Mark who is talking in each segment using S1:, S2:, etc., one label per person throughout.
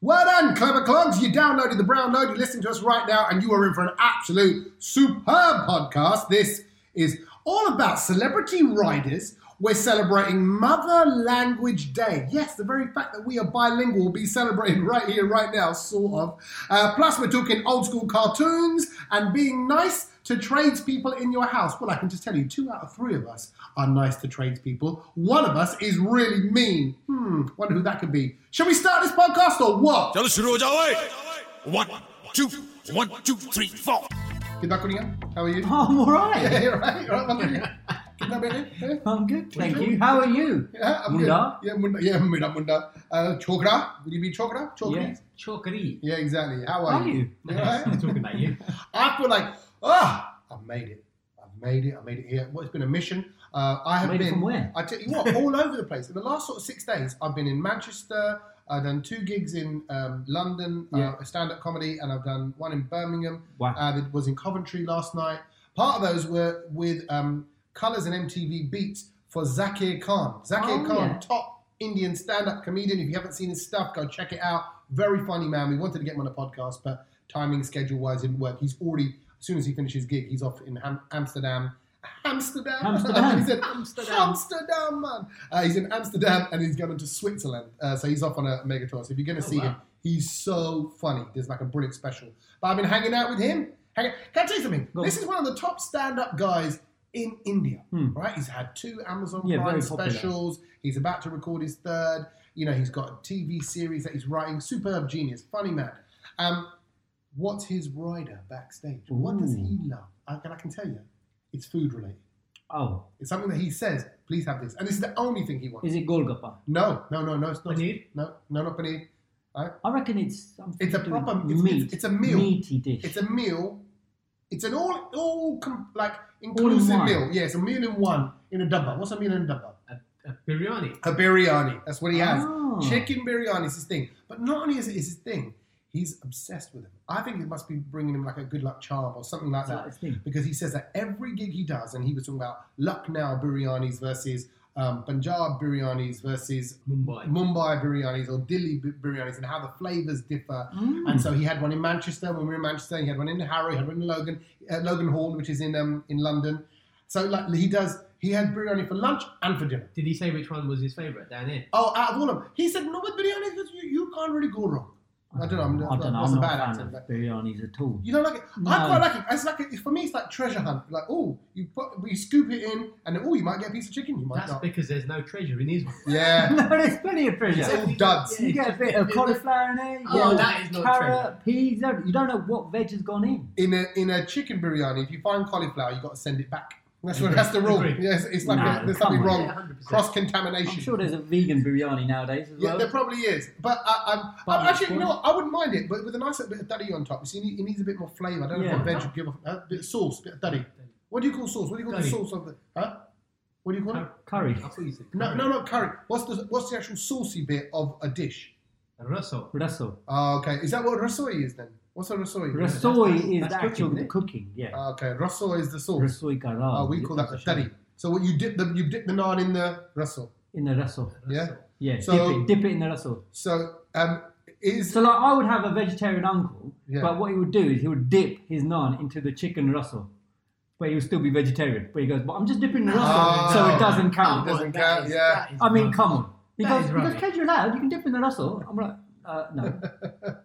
S1: Well done, clever clogs. You downloaded the brown load. You're listening to us right now, and you are in for an absolute superb podcast. This is all about celebrity riders. We're celebrating Mother Language Day. Yes, the very fact that we are bilingual will be celebrated right here, right now, sort of. Uh, plus, we're talking old school cartoons and being nice to tradespeople in your house. Well, I can just tell you, two out of three of us are nice to tradespeople. One of us is really mean. Hmm, wonder who that could be. Shall we start this podcast or what?
S2: チャルシュロージャーウェイワン、ツー、ワン、ツー、スリー、フォー
S1: Good luck, Kuninga. How are you?
S3: Oh, I'm all
S1: Yeah,
S3: right.
S1: you're right. You're right, Kuninga. Good luck, baby. Yeah.
S3: I'm good, thank you. How are you?
S1: Yeah, I'm
S3: Munda?
S1: Good. Yeah, Munda. Yeah, Munda. Munda. Uh, Chokra. Would you be Chokra? Chokri?
S3: Yeah, Chokri.
S1: Yeah, exactly. How
S3: How
S1: are,
S3: are you?
S1: You all right?
S3: I'm talking about you.
S1: I feel like, ah, I've made it. I've made it. I made it here. Well, it's been a mission. Uh, I have
S3: Made it
S1: been.
S3: from where?
S1: I tell you what, all over the place. In the last sort of six days, I've been in Manchester. I've done two gigs in um, London,
S3: Yeah.
S1: uh, stand-up comedy, and I've done one in Birmingham.
S3: Wow.
S1: Uh, that was in Coventry last night. Part of those were with um, Colors and MTV Beats for Zakir Khan. Zakir
S3: Oh,
S1: Khan,
S3: yeah.
S1: top Indian stand-up comedian. If you haven't seen his stuff, go check it out. Very funny man. We wanted to get him on the podcast, but timing, schedule-wise, didn't work. He's already, as soon as he finishes gig, he's off in Ham- Amsterdam. Amsterdam.
S3: Amsterdam.
S1: he's in Amsterdam. Amsterdam, man. Uh, he's in Amsterdam and he's going to Switzerland. Uh, so he's off on a mega tour. So if you're going to
S3: Oh,
S1: see
S3: wow.
S1: him, he's so funny. There's like a brilliant special. But I've been hanging out with him. Hang- Can I tell you something?
S3: Go on.
S1: this is one of the top stand-up guys in India.
S3: Hmm.
S1: Right? He's had two Amazon
S3: Yeah,
S1: Prime
S3: very popular.
S1: specials. He's about to record his third. You know, he's got a TV series that he's writing. Superb genius, funny man. Um, what's his rider backstage? What does
S3: Ooh.
S1: he love? I can, I can tell you, it's food related.
S3: Oh,
S1: It's something that he says, please have this. And this is the only thing he wants.
S3: is it Golgappa?
S1: no, no, no, no, it's not.
S3: Paneer?
S1: No, no, not paneer.
S3: I reckon it's something
S1: It's a
S3: to do with
S1: proper- it's-
S3: meat.
S1: it's- it's a meal.
S3: Meaty dish.
S1: It's a meal. It's an all, all com- like inclusive
S3: one.
S1: meal. Yes, a meal in one in a dabba. What's a meal in a dabba?
S4: a biryani.
S1: A biryani. That's what he has.
S3: Ah.
S1: Chicken biryani is his thing. But not only is it his thing, he's obsessed with it. I think it must be bringing him like a good luck charm or something like
S3: Is that
S1: that.
S3: his thing?
S1: because he says that every gig he does, and he was talking about Lucknow biryanis versus um, Punjab biryanis versus
S4: Mumbai.
S1: Mumbai biryanis or Delhi bi- biryanis, and how the flavors differ.
S3: Mm.
S1: And so he had one in Manchester when we were in Manchester. He had one in Harrow. He had one in Logan, uh, Logan Hall, which is in um, in London. So like he does, he had biryani for lunch and for dinner.
S4: Did he say which one was his favourite down here?
S1: Oh, out of all of them, he said no with biryani because you, you can't really go wrong. I don't know. I'm,
S3: I don't know.
S1: that's
S3: I'm
S1: a
S3: not
S1: bad
S3: a fan
S1: accent,
S3: of
S1: but-
S3: biryanis at all.
S1: You don't like it? I
S3: No.
S1: quite like it. It's like it, for me, it's like treasure hunt. Like, oh, you put, you scoop it in, and then, oh, you might get a piece of chicken. You might
S4: That's
S1: not.
S4: because there's no treasure in his one.
S1: Yeah,
S3: no, there's plenty of
S1: it's
S3: pressure.
S1: all duds.
S3: You get a bit of cauliflower in there. you
S4: Oh,
S3: get
S4: that is not
S3: Carrot, peas. everything. You don't know what veg has gone in.
S1: In a in a chicken biryani, if you find cauliflower, you got to send it back. That's what that's the rule.
S4: Agree.
S1: Yes, it's like
S3: No,
S1: a, there's
S3: come
S1: something
S3: on.
S1: wrong.
S4: Yeah, 100%.
S1: Cross
S3: I'm
S1: contamination.
S3: sure there's a vegan biryani nowadays as
S1: Yeah,
S3: well.
S1: there probably is. But I, I'm, I'm
S3: Barbecue
S1: actually, you know,
S3: corn.
S1: what? I wouldn't mind it, but with a nice little bit of daddy on top. You see, it need- it needs a bit more flavour. I don't know
S3: Yeah.
S1: what veg you give off. A bit of sauce, bit of daddy. What do you call sauce? What do you call the
S4: Dadhi.
S1: sauce of the? Huh? What do you call it?
S3: Curry.
S4: I thought you said
S1: No,
S4: curry.
S1: no, not curry. What's the what's the actual saucy bit of a dish?
S4: Russell.
S3: Russell.
S1: Oh, okay. Is that what rasoi is then? What's a rasoi?
S3: Rasoi
S4: that's-
S3: is
S4: that's
S3: the
S4: cooking,
S3: actual
S4: isn't
S3: the
S4: it?
S3: cooking, yeah.
S1: Ah, okay, rasoi is the sauce.
S3: Rasoi kara.
S1: Oh, we call that the curry. So what you dip the you dip the naan in the raso.
S3: In the raso.
S1: Yeah.
S3: Yeah,
S1: So-
S3: dip, it, dip it in the raso.
S1: So um, is
S3: So like I would have a vegetarian uncle,
S1: Yeah.
S3: but what he would do is he would dip his naan into the chicken raso. But he would still be vegetarian. But he goes, but I'm just dipping the raso,
S1: Oh.
S3: so it doesn't count.
S1: It doesn't count,
S4: is-
S1: yeah.
S4: that is
S3: I mean,
S4: rubbish.
S3: come on. He
S4: That
S3: goes,
S4: is
S3: he goes,
S4: rubbish.
S3: Ked, you're allowed. You can dip in the raso. I'm like, uh, no.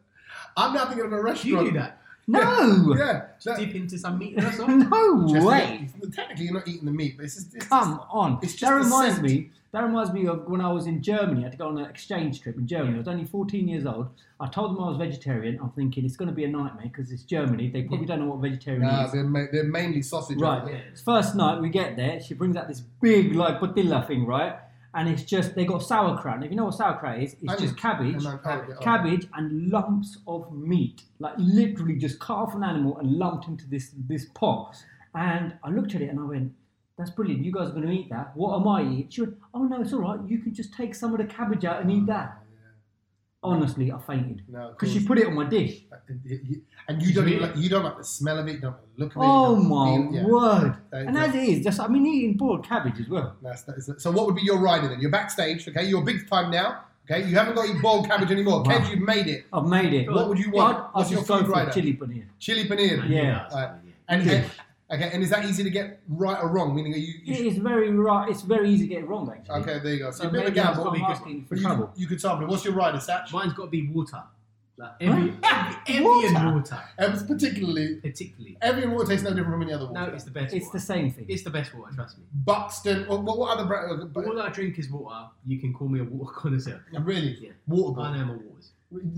S1: I'm now thinking of a
S4: You
S1: restaurant.
S4: do that.
S3: No!
S1: Yeah. that-
S4: Dip into some meat and Russell.
S3: No
S1: just-
S3: way!
S1: Technically, you're not eating the meat, but it's just, it's
S3: Come on.
S1: It's just
S3: that
S1: the
S3: reminds
S1: scent.
S3: me. That reminds me of when I was in Germany. I had to go on an exchange trip in Germany. I was only 14 years old. I told them I was vegetarian. I'm thinking it's going to be a nightmare because it's Germany. They probably don't know what vegetarian
S1: Nah,
S3: is.
S1: they're, ma- they're mainly sausage.
S3: Right.
S1: aren't
S3: First night we get there, she brings out this big like patilla thing, right? And it's just they got sauerkraut. And if you know what sauerkraut is, it's
S1: Onions.
S3: just cabbage,
S1: And then cabbage, oh.
S3: cabbage and lumps of meat, like literally just cut off an animal and lumped into this this pot. And I looked at it and I went, "That's brilliant. You guys are going to eat that. What am I eating?" She went, "Oh no, it's all right. You can just take some of the cabbage out and eat that." Honestly, I fainted
S1: they? Oh, No, of
S3: because she
S1: course.
S3: put it on my dish.
S1: And you- and you don't even like you don't like the smell of it. You don't like the look of it. you
S3: Oh
S1: don't
S3: my
S1: like the feel- yeah.
S3: word!
S1: That-
S3: And as it is, just I mean, eating boiled cabbage as well.
S1: That's, that is, so what would be your rider then? You're backstage, okay? You're big time now. Okay, you haven't got to eat boiled cabbage anymore.
S3: Wow.
S1: Ken, you've made it.
S3: I've made it.
S1: What would you
S3: I'd,
S1: want?
S3: I'd
S1: What's your
S3: just go
S1: food
S3: for
S1: right now?
S3: chili paneer.
S1: Chili paneer.
S3: Yeah.
S1: Alright. And,
S3: Yeah.
S1: and- okay, and is that easy to get right or wrong? Meaning, are you, you
S3: It is very right. It's very easy to get it wrong actually.
S1: okay? There you go. So,
S3: So
S1: a bit of a
S3: maybe that's
S1: gamble.
S3: what I'm
S1: because-
S3: asking for
S1: but you, could,
S3: trouble.
S1: you could sample it. What's your rider, Satch?
S4: Mine's got to be water. Like every, every,
S3: Water?
S4: and water,
S1: Evans particularly.
S4: particularly.
S1: Every water tastes no different from any other water.
S4: No, it's the best
S3: It's
S4: water.
S3: the same thing.
S4: It's the best water, trust me.
S1: Buxton. Or, what, what other brand? uh,
S4: But all I drink is water. You can call me a water connoisseur.
S1: really?
S4: Yeah.
S1: Water
S4: I
S1: boy.
S4: know my waters.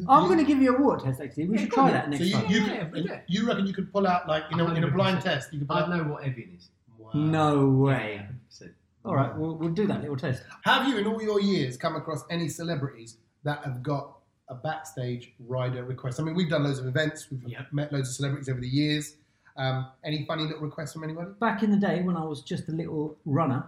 S3: I'm going to give you a water test actually. We
S4: Yeah,
S3: should
S4: go on
S3: try
S4: then.
S3: that next
S1: So you,
S3: time.
S1: you,
S4: Yeah,
S1: could,
S4: yeah.
S1: you reckon you could pull out like you know in a blind
S4: 100%.
S1: test you could pull
S4: I
S1: out.
S4: know what Evian is.
S1: Wow.
S3: No way.
S4: 100%.
S3: All right, we'll, we'll do that little test.
S1: Have you, in all your years, come across any celebrities that have got a backstage rider request? I mean, we've done loads of events, we've
S4: Yep.
S1: met loads of celebrities over the years. Um, any funny little requests from anybody?
S3: Back in the day when I was just a little runner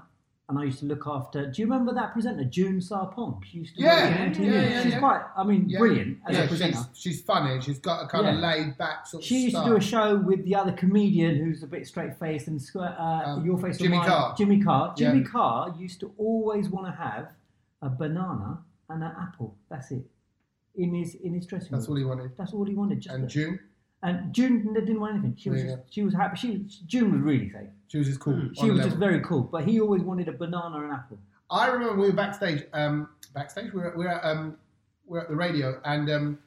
S3: and I used to look after, do you remember that presenter, June Sarpong? She used to
S1: Yeah,
S3: work on
S4: yeah,
S3: TV.
S1: yeah, yeah,
S3: She's
S1: yeah.
S3: quite, I mean,
S1: Yeah.
S3: brilliant as
S1: yeah,
S3: a presenter.
S1: she's, she's funny. She's got a kind of
S3: Yeah.
S1: laid back sort of
S3: She used to
S1: style.
S3: do a show with the other comedian who's a bit straight faced and squ- uh,
S1: Um,
S3: your face or
S1: Jimmy
S3: mine,
S1: Carr.
S3: Jimmy Carr.
S1: Yeah.
S3: Jimmy Carr used to always want to have a banana and an apple. That's it. In his in his dressing
S1: That's all
S3: room.
S1: he wanted.
S3: That's all he wanted. Just
S1: And
S3: that.
S1: June,
S3: and June didn't want anything. She was
S1: Yeah.
S3: just, she was happy. She was- June was really safe.
S1: she was just cool. on
S3: Mm. She
S1: a
S3: was
S1: level.
S3: just very cool. But he always wanted a banana and apple.
S1: I remember we were backstage. Um, backstage, we were, we were, at, um, we were at the radio, and um,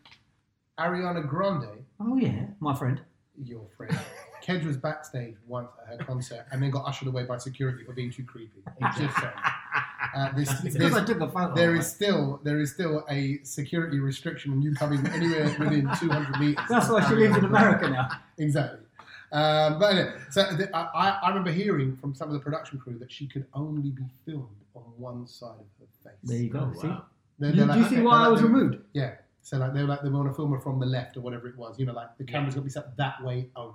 S1: Ariana Grande,
S3: Oh yeah, my friend.
S1: your friend, Kedge was backstage once at her concert, and then got ushered away by security for being too creepy. It's just saying. Uh, this, there's-
S3: It's because I took a photo.
S1: there
S3: of
S1: is
S3: it.
S1: still there is still a security restriction on you coming anywhere within 200 meters.
S3: That's why she lives in America now.
S1: Exactly. Um, but anyway, so the, I, I- I remember hearing from some of the production crew that she could only be filmed on one side of her face.
S3: There you go.
S4: Oh,
S3: see?
S4: wow.
S1: They're-
S3: You-
S1: they're
S3: do
S1: like-
S3: you see
S1: they're
S3: why I
S1: like-
S3: was
S1: they're-
S3: removed?
S1: Yeah. So like they were like they want to film her from the left or whatever it was. You know, like the camera's got to be set that way only.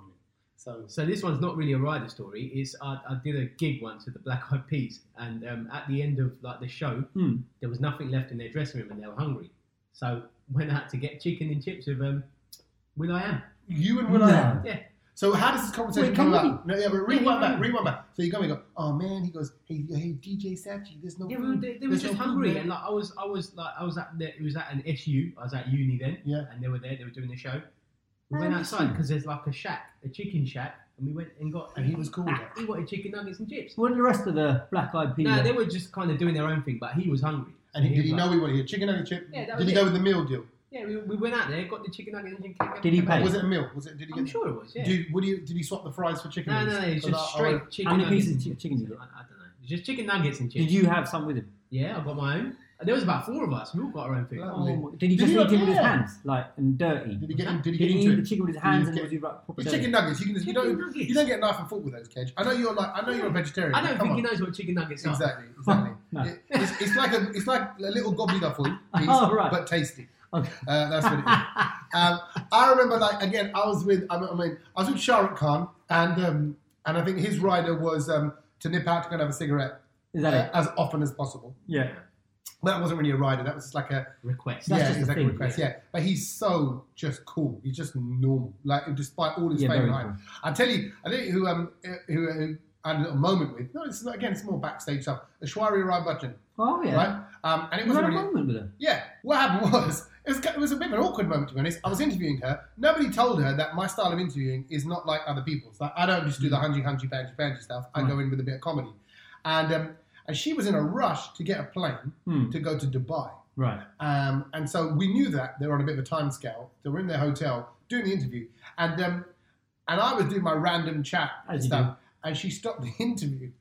S1: So
S4: So this one's not really a rider story. It's I, I did a gig once with the Black Eyed Peas, and um, at the end of like the show,
S3: Hmm.
S4: there was nothing left in their dressing room, and they were hungry. So went out to get chicken and chips with um, Will I Am.
S1: you and Will
S3: No.
S1: I am.
S4: Yeah,
S1: So how does this conversation
S3: Wait,
S1: come
S3: can
S1: about? No, yeah, but rewind
S4: yeah,
S1: back,
S4: yeah.
S1: rewind back. So you go and go, oh man, he goes, hey, hey, DJ Sachi, there's no
S4: yeah,
S1: food.
S4: they, they were
S1: There's
S4: just
S1: no food,
S4: hungry,
S1: man."
S4: and like I was, I was like, I was at, the, it was at an SU. I was at uni then,
S1: Yeah.
S4: and they were there. They were doing the show. We
S3: Oh,
S4: went
S3: I
S4: outside
S3: see.
S4: because there's like a shack, a chicken shack, and we went and got.
S1: And he was cool. with it.
S4: he wanted chicken nuggets and chips.
S3: What did the rest of the black eyed people?
S4: No, they were just kind of doing their own thing, but he was hungry.
S1: And he,
S4: was
S1: did he
S4: like-
S1: know he wanted to get chicken nugget chip?
S4: Yeah, that
S1: did
S4: was
S1: he
S4: it.
S1: go with the meal deal?
S4: Yeah, we, we went out there, got the chicken nuggets and chicken.
S3: Did he pay?
S1: Was it a meal? Was it? Did he
S4: I'm
S1: get?
S4: sure it was. Yeah.
S1: Did, would he, did he swap the fries for chicken?
S4: no, no,
S1: wings?
S4: no, it's
S1: Because
S4: just
S1: I- I
S4: straight
S1: went-
S4: chicken.
S3: How many
S4: nuggets
S3: pieces
S4: and
S3: of chi- chicken did you
S4: I, I don't know. It's just chicken nuggets and chips.
S3: Did you have some with him?
S4: Yeah, I got my own. And there was about four of us. We all got our own food.
S1: Lovely.
S3: Oh, my- did he
S1: Did
S3: just
S1: he
S3: eat
S1: not-
S3: it with his
S1: yeah.
S3: hands, like and dirty?
S1: Did he get? Did he
S3: Did
S1: get
S3: he
S1: into
S3: eat
S1: it?
S3: the chicken with
S1: Did
S3: his
S1: he
S3: hands and
S1: get-
S3: was he like proper
S1: It's
S3: dirty?
S1: chicken nuggets. You can just, you
S4: Chicken
S1: don't
S4: nuggets.
S1: you don't get knife and fork with those, Kedge. I know you're like I know you're a vegetarian.
S4: I don't
S1: but come
S4: think he
S1: on.
S4: knows what chicken nuggets are.
S1: Exactly, exactly.
S3: No.
S1: It- it's, it's like a it's like a little gobbledygook, piece,
S3: Oh, right.
S1: but tasty.
S3: Okay.
S1: Uh, that's what it is. Um, I remember, like again, I was with I mean- I mean, I was with Shah Rukh Khan, and um, and I think his rider was um, to nip out to go and have a cigarette
S3: Is that
S1: uh,
S3: it?
S1: as often as possible.
S3: Yeah.
S1: That wasn't really a rider. That was just like a
S4: Request.
S3: That's
S1: yeah,
S3: just a
S1: exactly
S3: thing,
S1: request. Yeah. but he's so just cool. He's just normal. Like despite all his
S3: Yeah,
S1: fame,
S3: very
S1: and hype.
S3: cool.
S1: I tell you, I tell you who um who, who I had a little moment with. No, it's not, again, it's more backstage stuff. Ashwari Rai Bachchan,
S3: Oh yeah.
S1: right? Um, and it
S3: You
S1: wasn't
S3: had a
S1: really.
S3: moment with him.
S1: Yeah, what happened was it, was it was a bit of an awkward moment to be honest. I was interviewing her. Nobody told her that my style of interviewing is not like other people's. Like I don't just do the
S3: Mm.
S1: hunji hunji banji banji stuff. I go in with a bit of comedy, and um, and she was in a rush to get a plane
S3: Hmm.
S1: to go to Dubai.
S3: Right.
S1: Um, and so we knew that they were on a bit of a time scale. They were in their hotel doing the interview, and um, and I was doing my random chat and
S3: As you
S1: stuff. And she stopped the interview. She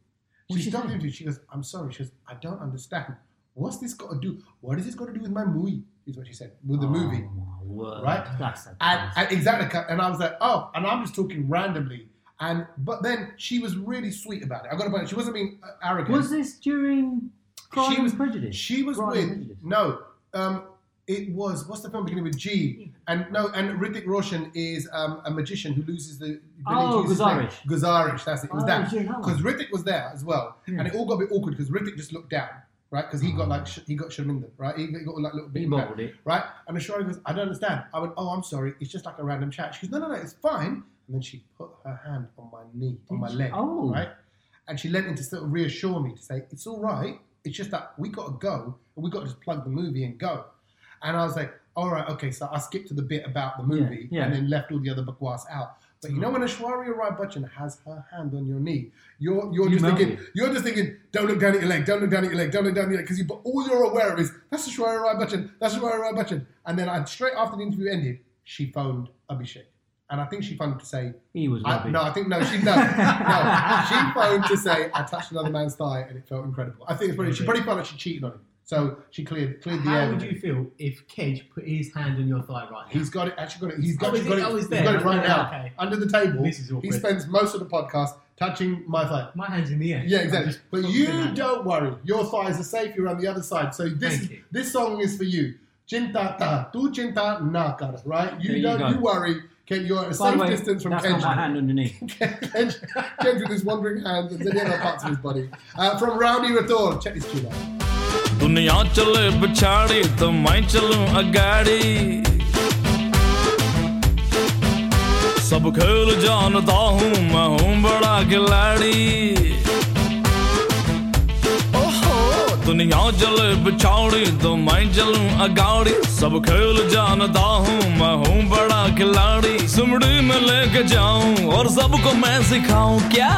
S3: What'd she
S1: stopped
S3: say?
S1: the interview. She goes, "I'm sorry." She goes, "I don't understand. What's this got to do? What has this got to do with my movie?" Is what she said with the movie,
S3: Oh, my word.
S1: Right?
S3: That's a
S1: and, and exactly. And I was like, "Oh," and I'm just talking randomly. And but then she was really sweet about it. I got to point. She wasn't being uh, arrogant.
S3: Was this during Pride
S1: She
S3: and
S1: was-
S3: Prejudice?
S1: She was
S3: Pride
S1: with
S3: and Prejudice.
S1: no. Um, it was what's the film beginning with G? And no, and Hrithik Roshan is um, a magician who loses the.
S3: Oh,
S1: loses his name.
S3: Guzarish.
S1: Guzarish, that's it. It was
S3: Oh,
S1: that
S3: yeah, that one. Hmm.
S1: because Hrithik was there as well,
S3: Yeah.
S1: and it all got a bit awkward because Hrithik just looked down, right? Because he got like sh- he got Sharminda, right? He got, he got like a little bit.
S3: Oh. He
S1: of that,
S3: bottled it.
S1: right? And Ashwari goes, I don't understand. I went, oh, I'm sorry. It's just like a random chat. She goes, no, no, no, it's fine. And then she put her hand on my knee, on
S3: Did
S1: my
S3: she?
S1: leg,
S3: Oh.
S1: right? And she leant in to sort of reassure me to say, it's all right. It's just that we got to go and we got to just plug the movie and go. And I was like, all right, okay. So I skipped to the bit about the movie
S3: yeah.
S1: and then left all the other bakwas out. But you know
S4: Hmm.
S1: when Ashwarya Rai Bachchan has her hand on your knee, you're you're
S3: You
S1: just
S3: melt
S1: thinking
S3: it.
S1: you're just thinking, don't look down at your leg, don't look down at your leg, don't look down at your leg, because you, but all you're aware of is that's Ashwarya Rai Bachchan, that's Ashwarya Rai Bachchan. And then I, straight after the interview ended, she phoned Abhishek, and I think she phoned to say
S3: He was
S1: I,
S3: rubbish.
S1: no, I think no. She no, no. She phoned to say I touched another man's thigh and it felt incredible. I think it's probably, she probably felt like she cheated on him, so she cleared cleared the
S4: How
S1: air.
S4: would
S1: with
S4: you
S1: it.
S4: feel if Kedge put his hand on your thigh right now?
S1: He's got it. Actually, got it. He's
S4: Oh,
S1: got,
S4: is
S1: he's got
S4: it-
S1: it.
S4: oh, it's
S1: he's
S4: there.
S1: got it right
S4: Okay,
S1: now
S4: okay.
S1: under the table.
S4: This is
S1: he
S4: awkward.
S1: spends most of the podcast touching my thigh.
S4: My hand's in the air.
S1: Yeah,
S4: I'm
S1: exactly.
S4: just
S1: But
S4: popping
S1: you
S4: that.
S1: don't worry. Your thighs are safe. You're on the other side. So this
S4: Thank you.
S1: this song is for you. Chinta ta, tu chinta na kar. Right? You
S3: There you go.
S1: don't. You, worry. Ken, you're at a
S3: By
S1: safe
S3: the way,
S1: distance from
S3: that's not my
S1: Kenji.
S3: hand underneath.
S1: James with his wandering hands and many other parts of his body. Uh, from Rowdy Rathor, check this tune out.
S5: દુનિયા ચલે પછાડી તો મેં ચલું અગાડી સબ ખેલ જાનતા હું मैं હું બડા खिलाड़ी ઓહો દુનિયા ચલે પછાડી તો મેં ચલું અગાડી સબ ખેલ જાનતા હું मैं હું બડા खिलाड़ी સુમડી में लेके जाऊं और सबको मैं सिखाऊं क्या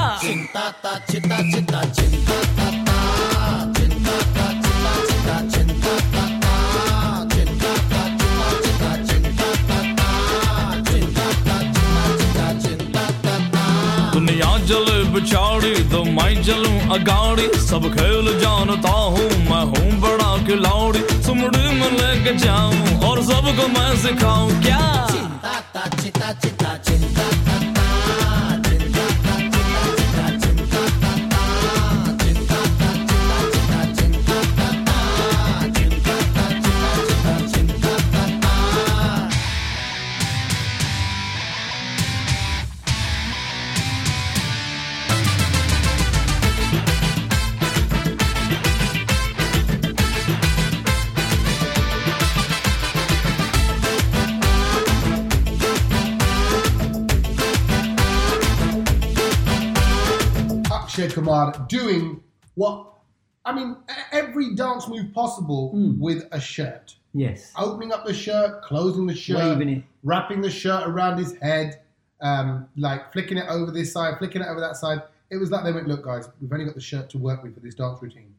S5: दुनिया जल बिछाड़ी तो मैं जलूं अगाड़ी सब खेल जानता हूँ मैं हूँ बड़ा खिलाड़ी सुमड़ी में लेके जाऊं और सबको मैं सिखाऊं क्या
S1: Akshay Kumar doing what, I mean, e- every dance move possible
S3: Hmm.
S1: with a shirt.
S3: Yes.
S1: Opening up the shirt, closing the shirt,
S3: Waving it.
S1: wrapping the shirt around his head, um, like flicking it over this side, flicking it over that side. It was like they went, look, guys, we've only got the shirt to work with for this dance routine.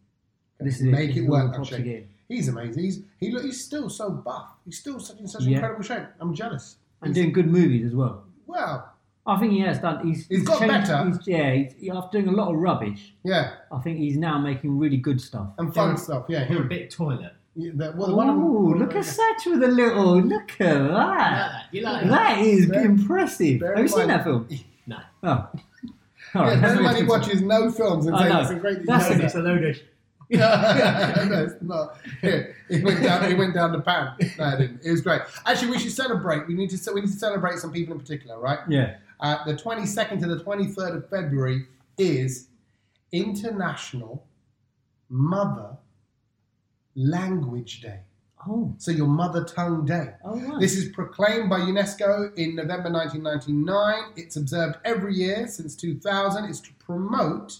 S3: This is
S1: Make
S3: This
S1: it
S3: is all
S1: work,
S3: props
S1: Akshay.
S3: again.
S1: He's amazing. He's he look, he's still so buff. He's still such in such
S3: Yeah.
S1: incredible shape. I'm jealous.
S3: And doing good movies as well.
S1: Wow.
S3: I think he has done. He's,
S1: He's got better.
S3: He's, yeah, he's, he- after doing a lot of rubbish,
S1: Yeah.
S3: I think he's now making really good stuff.
S1: And fun stuff. Yeah.
S4: You're a
S1: Him.
S4: bit toilet.
S1: Yeah, that- well, the one of them-
S3: Oh, look at Satch with a little. Look at that.
S4: You like that?
S3: That is
S1: Bear-
S3: impressive.
S1: bear
S3: Have you
S1: in
S3: seen
S1: mind-
S3: that film?
S4: No.
S3: Oh. All
S1: Yeah,
S3: right, that's
S1: nobody
S3: what it's-
S1: watches no films and
S3: I
S1: says
S3: know.
S1: it's a great
S3: That's
S1: you know
S4: It's a load of sh-
S1: that. no, it's not. Yeah, it went down. It went down the pan. No, it didn't. It was great. Actually, we should celebrate. We need to. ce- We need to celebrate some people in particular, right?
S3: Yeah.
S1: Uh, the 22nd to the 23rd of February is International Mother Language Day.
S3: Oh.
S1: So your mother tongue day.
S3: Oh, right.
S1: This is proclaimed by UNESCO in November 1999. It's observed every year since 2000. It's to promote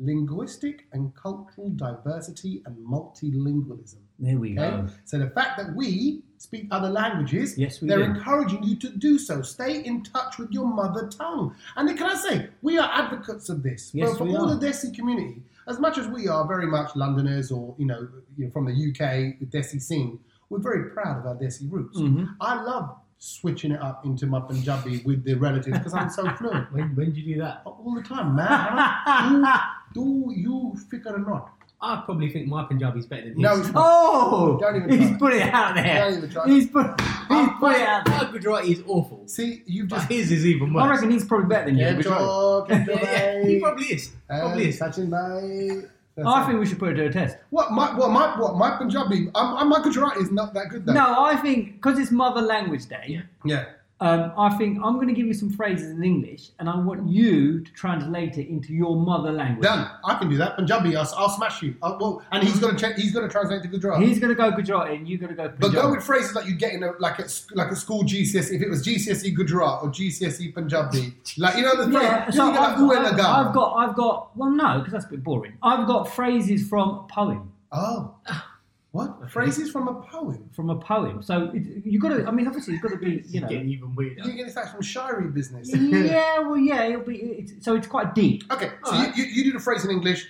S1: linguistic and cultural diversity and multilingualism.
S3: There we
S1: Okay?
S3: go.
S1: So the fact that we speak other languages,
S3: Yes, we
S1: they're
S3: do.
S1: encouraging you to do so. Stay in touch with your mother tongue. And then can I say, we are advocates of this.
S3: Yes,
S1: for for
S3: we
S1: all
S3: are.
S1: the Desi community, as much as we are very much Londoners or, you know, you know, from the UK, the Desi scene, we're very proud of our Desi roots.
S3: Mm-hmm.
S1: I love switching it up into my Punjabi with the relatives because I'm so fluent.
S4: When, when do you do that?
S1: All the time, man. do, do you figure or not?
S4: I probably think my Punjabi's better than his.
S1: No, it's not.
S3: Oh!
S1: Don't even
S3: he's
S1: try.
S3: put it out there.
S1: Don't even try. Oh,
S3: He's put, he's put it
S4: my,
S3: out there.
S4: my Gujarati is awful.
S1: See, you've
S4: But
S1: just
S4: his is even
S3: I
S4: worse.
S3: reckon he's probably better than you.
S1: Yeah,
S3: which one?
S1: Joe, Kendra,
S4: yeah,
S1: mate.
S4: he probably is. Probably
S1: Uh,
S4: is.
S1: Sachin bhai. That's
S3: I
S1: it.
S3: think we should put it to a test.
S1: what my what my what my Punjabi. I'm, I'm my Gujarati is not that good though.
S3: No, I think because it's Mother Language Day.
S1: Yeah.
S3: Um, I think I'm going to give you some phrases in English, and I want you to translate it into your mother language.
S1: Done. I can do that. Punjabi, I'll, I'll smash you. I'll, well, and he's going to check. He's going to translate to Gujarat.
S3: He's going to go Gujarati, and you're going to go.
S1: but go
S3: Punjabi.
S1: with phrases like you would get in a, like at sc- like a school GCSE. E, If it was GCSE Gujarat or GCSE E Punjabi, like you know the phrase.
S3: Yeah,
S1: you
S3: so
S1: know, like,
S3: I've,
S1: who in the
S3: I've-
S1: garden?
S3: I've got, I've got. Well, no, because that's a bit boring. I've got phrases from poem,
S1: Oh, what phrases from a poem?
S3: from a poem. So it, you got to. I mean, obviously, you've got to be, you know.
S4: getting even weirder.
S1: You get this like some shiry business.
S3: yeah, well, yeah. It'll be. It's, so it's quite deep.
S1: Okay, so
S4: Alright.
S1: you, you, you do the phrase in English.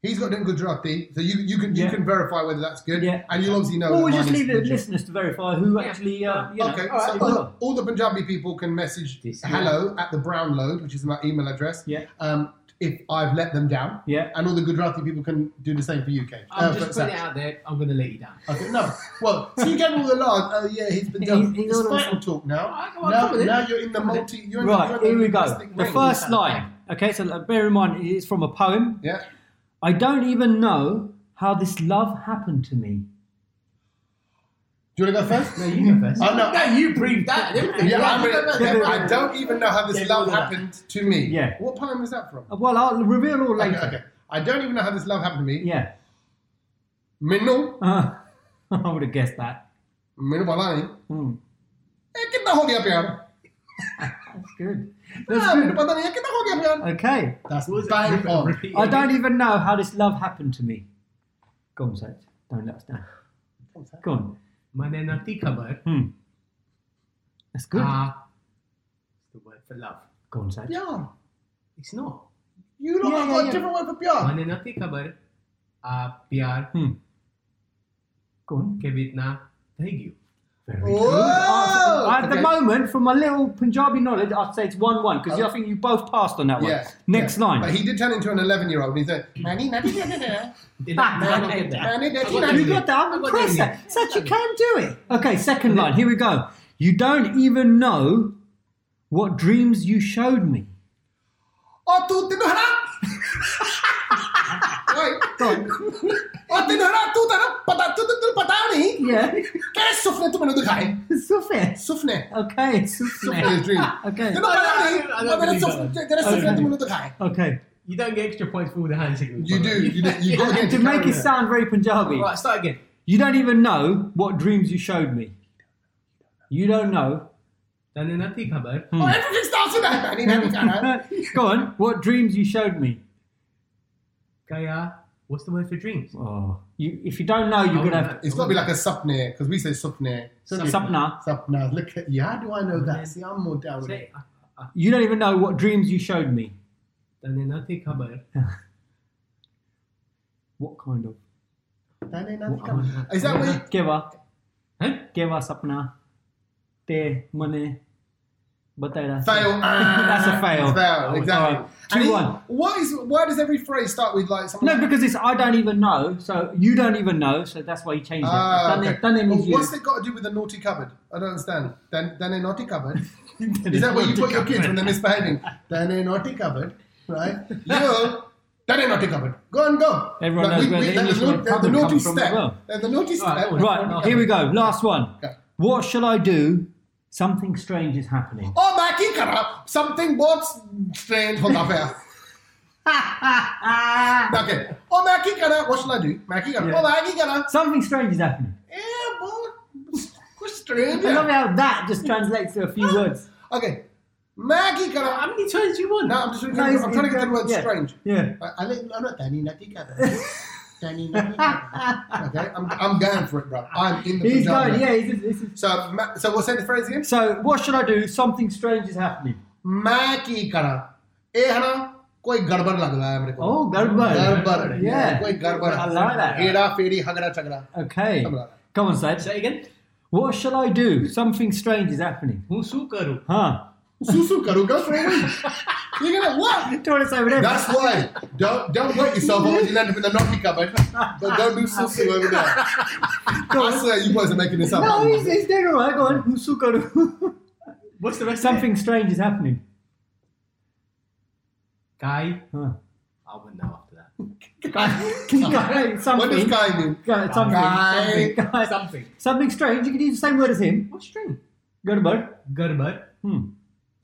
S1: He's got it in Gujarati, so you, you can you
S3: Yeah.
S1: can verify whether that's good.
S3: Yeah.
S1: And you'll obviously know.
S3: Well,
S1: whether
S3: we'll just
S1: mine is
S3: leave the
S1: Gujarati.
S3: listeners to verify who actually, uh, you know.
S1: Okay,
S3: all right,
S1: so
S3: well,
S1: all,
S3: look.
S1: the, all the Punjabi people can message
S4: This-
S1: hello at the Brown Load, which is my email address.
S3: Yeah.
S1: Um, if I've let them down.
S3: Yeah.
S1: And all the Gujarati people can do the same for UK.
S4: I'm
S1: Uh,
S4: just
S1: for
S4: putting
S1: Saks.
S4: it out there. I'm going to let you down.
S1: Okay, no. Well, so you gave all the lard. Oh yeah, he's been
S3: He's-
S1: done.
S3: he's
S1: it's
S3: all on-
S1: final talk now.
S4: Alright, come on,
S1: now,
S4: come with it.
S1: now you're in the multi. You're in the-
S3: Right,
S1: you're
S3: here
S1: in the,
S3: we go.
S1: plastic
S3: The
S1: ring.
S3: first line. Okay, so uh, bear in mind it's from a poem.
S1: Yeah.
S3: I don't even know how this love happened to me.
S1: Do you want to go first?
S4: No, you go first.
S1: Oh, no.
S4: you breathed that. and everything.
S1: Yeah, I'm
S4: you
S1: gonna-
S4: go first.
S1: yeah, but I don't even know how this
S4: Yeah,
S1: love
S4: all of that.
S1: happened to me.
S3: Yeah.
S1: What poem is that from?
S3: Uh, Well, I'll reveal all
S1: Okay,
S3: later.
S1: okay. I don't even know how this love happened to me.
S3: Yeah,
S1: ਮੈਨੂੰ
S3: uh, I would have guessed that.
S1: ਮੈਨੂੰ ਪਤਾ ਨਹੀਂ
S3: Hmm,
S1: ਇਹ ਕਿੱਦਾਂ ਹੋ ਗਿਆ ਪਿਆਰ
S3: that's good.
S1: ਹਾਂ,
S3: That's
S1: ਮੈਨੂੰ
S3: good.
S1: ਪਤਾ ਨਹੀਂ ਇਹ ਕਿੱਦਾਂ ਹੋ ਗਿਆ ਪਿਆਰ
S3: Okay.
S1: That's
S4: Repeat
S1: bang
S4: it,
S1: on.
S4: repeat it.
S3: I don't even know how this love happened to me. Go on, Seth. Don't let us down. Go on.
S4: मैंने नती खबर
S3: Hmm. That's good.
S4: Ah, the word for love.
S3: Go on, Seth.
S1: Yeah.
S4: It's not.
S1: You know
S3: Yeah,
S1: I've
S3: yeah,
S1: got
S3: yeah.
S1: a different word for
S3: Ah.
S1: piano.
S4: मैंने नती खबर आप प्यार
S3: Hmm. Go on.
S4: के बीतना થઈ ગયું
S3: Very good.
S1: Whoa!
S3: At the
S1: Okay.
S3: moment, from my little Punjabi knowledge, I'd say it's 1 1 because I think you both passed on that one.
S1: Yeah.
S3: Next
S1: yeah.
S3: line.
S1: Oh. But he did turn into an 11 year old and he said, Nanny, nanny, nanny, nanny. Nanny, nanny, nanny.
S3: you got that? I'm
S4: got
S3: impressed.
S4: that.
S3: Seth, you can do it. Okay, second line. Here we go. You don't even know what dreams you showed me.
S1: Oh, tu tino hara. Right. Oh, tino hara, tu tara pata, tu tu pata nahi.
S3: Yeah.
S1: Kya sufne tu maine dikhaye?
S3: Sufis.
S1: Sufne.
S3: Okay, sufis.
S1: Sufne is dream.
S3: Okay.
S1: Tino pata
S4: I
S1: nahi.
S4: don't- I don't
S1: Maine
S4: believe
S1: sufne,
S4: that.
S1: tere sufne
S3: Okay.
S1: tu maine dikhaye.
S3: Okay.
S4: You don't get extra points for all the hand signals.
S1: You
S4: by the
S1: do.
S4: way.
S1: You do. You got
S3: And to make it sound very Punjabi,
S4: Right, start again.
S3: you don't even know what dreams you showed me. You don't know.
S4: તને નથી ખબર
S1: Oh, everything starts with that. Nanny, nanny, nanny.
S3: Go on. What dreams you showed me?
S4: કયા What's the word for Oh, dreams?
S3: Oh, you, if you don't know,
S4: I
S3: you're gonna
S4: wouldn't
S3: have
S4: know.
S1: It's got to be like a sapne because we say sapne.
S3: sapna.
S1: Sapna. Look at yeah. How do I know that? See, I'm more down with
S4: Say,
S1: it.
S4: "Ah, ah,
S3: You don't even know what dreams you showed me.
S4: તને નથી ખબર
S3: What kind of?
S1: Nanny, nanny,
S4: Well,
S1: come on.
S4: I'm-
S1: Is that what? You,
S3: Keva,
S4: હે
S3: keva sapna. Te mane bataida.
S1: fail. Ah,
S3: That's a fail. Oh
S1: Fail. Exactly.
S3: Alright,
S1: And he-
S3: 2-1.
S1: What is? Why does every phrase start with like something?
S3: No, because it's I don't even know. So you don't even know. So that's why you changed it.
S1: Ah,
S3: Dane-
S1: okay.
S3: Dane means
S1: Well,
S3: you.
S1: what's it got to do with the naughty cupboard? I don't understand. Then, then a naughty cupboard. Is that what you put your kids when they're misbehaving? Then a naughty cupboard, right? You, then a naughty cupboard. Go and go.
S3: Everyone knows where the
S1: then
S3: English
S1: nau-
S3: word
S1: then
S3: cupboard
S1: the naughty
S3: comes from as
S1: step.
S3: well.
S1: then the naughty
S4: Alright,
S1: step.
S4: go on.
S3: Right, here we go. Last one.
S1: Okay.
S3: What shall I do? Something strange is happening.
S1: Oh, मैं की कर रहा? Something बहुत strange होता पे. Okay. Oh, मैं की कर रहा? What shall I do? मैं की कर रहा?
S3: Yeah.
S1: Oh, मैं की कर रहा?
S3: Something strange is happening.
S1: Eh, बहुत कुछ strange
S3: I love
S1: है.
S3: how that just translates to a
S1: Ah.
S3: few words.
S1: Okay. मैं की कर
S4: How
S1: रहा?
S4: many times do you want?
S1: No, I'm just
S3: No,
S1: trying
S3: it's-
S1: to, I'm trying to get the word
S3: yeah.
S1: strange.
S3: Yeah.
S1: I, I let, I'm not Danny Nutty कर रहा. Danny Nutty कर रहा. Okay, I'm, I'm going for it, bro. I'm in the
S3: He's
S1: Punjab
S3: going,
S1: now.
S3: yeah, he's, he's, he's-
S1: So, ma- so we'll say the phrase again.
S3: So, what should I do? Something strange is happening.
S1: मैं की करा ए है ना कोई गड़बड़ लग रहा है मेरे को
S3: Oh, गड़बड़.
S1: गड़बड़
S3: Yeah.
S1: yeah, कोई गड़बड़
S3: I like that.
S1: हेड़ा फेड़ी हगड़ा झगड़ा
S3: Okay.
S1: Come on.
S3: Come on, Sage.
S4: Say again.
S3: What shall I do? Something strange is happening.
S4: હું શું કરું
S3: Huh?
S1: सुसु करूंगा friend. You're gonna what?
S3: Don't want to say whatever.
S1: That's why. Don't don't work yourself. I you land up in the naughty cupboard. But don't do susu over there. I swear you boys are making this up.
S3: no, he's, he's doing all right. Go on. Husu karu.
S4: What's the rest of it?
S3: Something strange is happening.
S4: કાઈ
S3: Huh.
S4: I wouldn't know after that.
S3: Guy,
S1: what does
S3: something.
S1: guy mean?
S3: Guy, something,
S1: Guy.
S3: something, guy.
S4: Something.
S3: Something strange. You can use the same word as him.
S4: What's string?
S3: गड़बड़
S4: गड़बड़
S3: hmm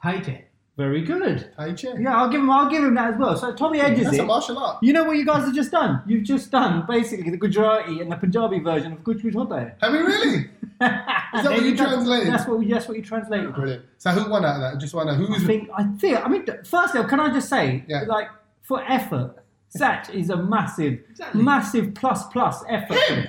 S4: Thai chair.
S3: very good
S1: Hey, check.
S3: yeah I'll give him I'll give him that as well so Tommy edges
S1: That's a
S3: it
S1: martial art.
S3: you know what you guys have just done you've just done basically the Gujarati and the Punjabi version of Kuch Kuch Hota Hai
S1: Have we really?
S3: is
S1: what you translated?
S3: that's what that's what you translated
S1: Brilliant. So who won out of that? Just want to know
S3: I
S1: who's
S3: think I think I mean firstly can I just say
S1: Yeah.
S3: like for effort Satch is a massive
S4: Exactly.
S3: massive plus plus effort yeah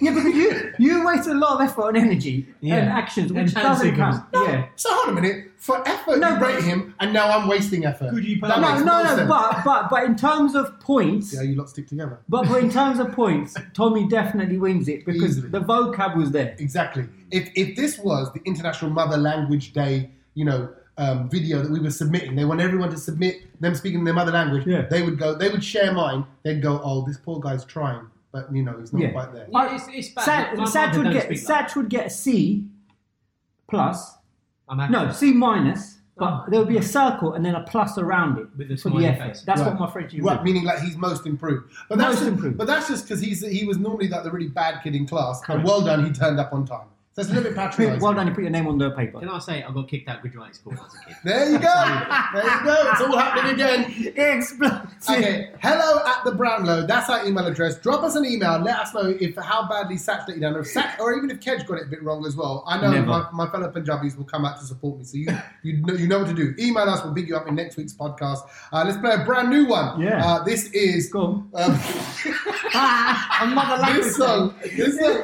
S3: because you you waste a lot of effort and energy and
S4: Yeah.
S3: actions
S4: And
S3: which
S4: hand
S3: doesn't
S4: signals.
S3: count yeah
S1: So hold on a minute. For effort,
S3: No,
S1: you rate him, and now I'm wasting effort.
S4: Could you put
S1: That
S4: up-
S3: no
S1: makes
S3: no no
S1: sense.
S3: but but but in terms of points
S1: yeah, you lot stick together.
S3: but but in terms of points Tommy definitely wins it because
S1: Easily.
S3: the vocab was there
S1: Exactly. If if this was the International Mother Language Day, you know, um, video that we were submitting, they want everyone to submit them speaking their mother language.
S3: Yeah.
S1: They would go. They would share mine. They'd go, oh, this poor guy's trying, but you know, he's not
S3: Yeah.
S1: quite there.
S4: Yeah, it's, it's bad.
S3: Satch,
S4: My- my
S3: Satch
S4: mother
S3: would
S4: don't
S3: get
S4: speak like
S3: Satch would get a C plus
S4: that. I'm happy.
S3: No, C minus, but
S4: Oh.
S3: there would be a circle and then a plus around it
S4: With a
S3: for the
S4: smiley
S3: effort.
S4: face.
S3: That's
S1: Right.
S3: what my friend used.
S1: Right, meaning like he's most improved. But that's
S3: Most
S1: just,
S3: improved.
S1: But that's just because he's he was normally like the really bad kid in class.
S3: Correct.
S1: And well done, he turned up on time. So it's a little bit patronising.
S3: Well done, you put your name on the paper.
S4: Can I say I got kicked out of Gujarati school as a kid?
S1: There you go. there you go. It's all happening again.
S3: Explosive.
S1: Okay, hello at the Brownlow. That's our email address. Drop us an email. Let us know if how badly Satch let you down, or, if Satch, or even if Kedge got it a bit wrong as well. I know
S3: Never.
S1: my, my fellow Punjabis will come out to support me, so you you know, you know what to do. Email us. We'll big you up in next week's podcast. Uh, let's play a brand new one.
S3: Yeah.
S1: Uh, this is.
S3: Go on.
S1: Um,
S3: Another language.
S1: this song. This song.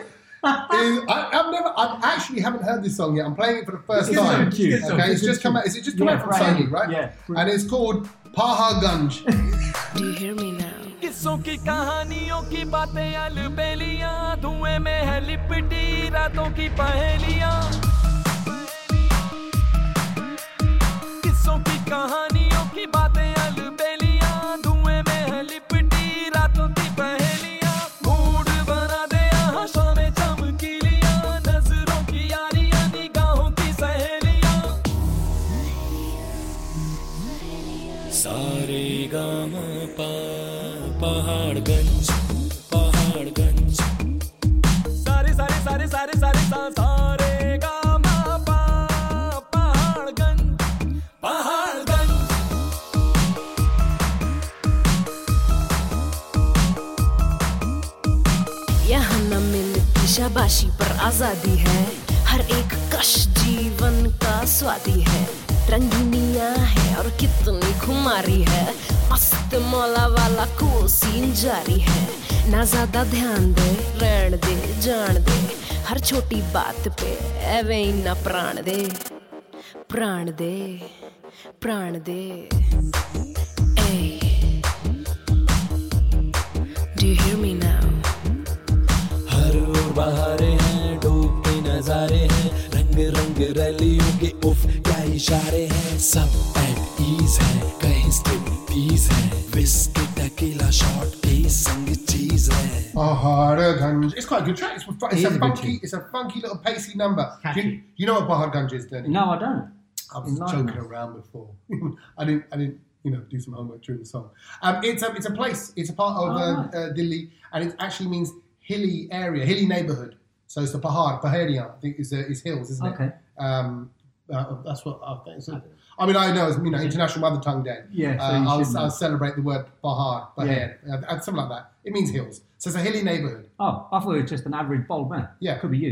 S1: Is, I, I've never, I actually haven't heard this song yet. I'm playing it for the first
S3: It's
S1: time.
S3: so cute.
S1: Okay, it's just come out. It's just come
S3: Yeah,
S1: out from
S3: right.
S1: Sony, right?
S3: Yeah.
S1: And it's called Paha Gunj.
S6: Do you hear me now?
S7: किस्सों की कहानियों की बातें अलबेलियां धुएं में है लिपटी रातों की पहेलियां किस्सों की कहानियों की बातें अलबेलियां धुएं में है लिपटी रातों की पहेलियां मूड बना दे यहाँ शामें चमकीलियां नजरों की यारियां निगाहों की सहेलियां
S5: सारे गाम पा पहाड़गंज पहाड़गंज
S7: सारे सारे सारे सारे सारे सा सारे गा मा पा पहाड़गंज पहाड़गंज
S6: यहाँ न मिलती शाबाशी पर आजादी है हर एक कश जीवन का स्वादी है रंगीनिया है और कितनी खुमारी है मस्त मौला वाला को सीन जारी है ना ज्यादा ध्यान दे रहन दे जान दे हर छोटी बात पे एवे ही ना प्राण दे प्राण दे प्राण दे Hey, do you hear me now?
S7: हर ओर बहारे हैं डूबते नजारे हैं रंग रंग रैलियों के उफ क्या इशारे हैं सब एट ईज है कहीं स्टिल पीस है बिस्किट अकेला शॉट के संग चीज है
S1: Bahar Ganj. It's quite a good track. It's, it's
S3: is
S1: a
S3: a good
S1: funky,
S3: tune.
S1: it's a funky little pacey number. Do
S4: Catchy.
S1: you, you know what Bahar Ganj is, Danny?
S3: No, I don't.
S1: I was
S3: Enlighten
S1: joking
S3: us.
S1: around before. I didn't, I didn't, you know, do some homework during the song. Um, it's a, it's a place. It's a part of
S3: Oh,
S1: uh,
S3: nice.
S1: uh, Delhi, and it actually means hilly area, hilly neighborhood. So it's the Pahar, Pahariya. I think is uh, is hills, isn't it?
S3: Okay.
S1: Um, uh, that's what I think. So, I mean, I know it's you know International Mother Tongue Day.
S3: Yeah, so
S1: uh,
S3: you
S1: I'll,
S3: should know.
S1: I'll celebrate the word Pahar, Pahar, uh,
S3: Yeah.
S1: something like that. It means hills. So it's a hilly neighborhood.
S3: Oh, I thought it was just an average bold man.
S1: Yeah.
S3: Could be you.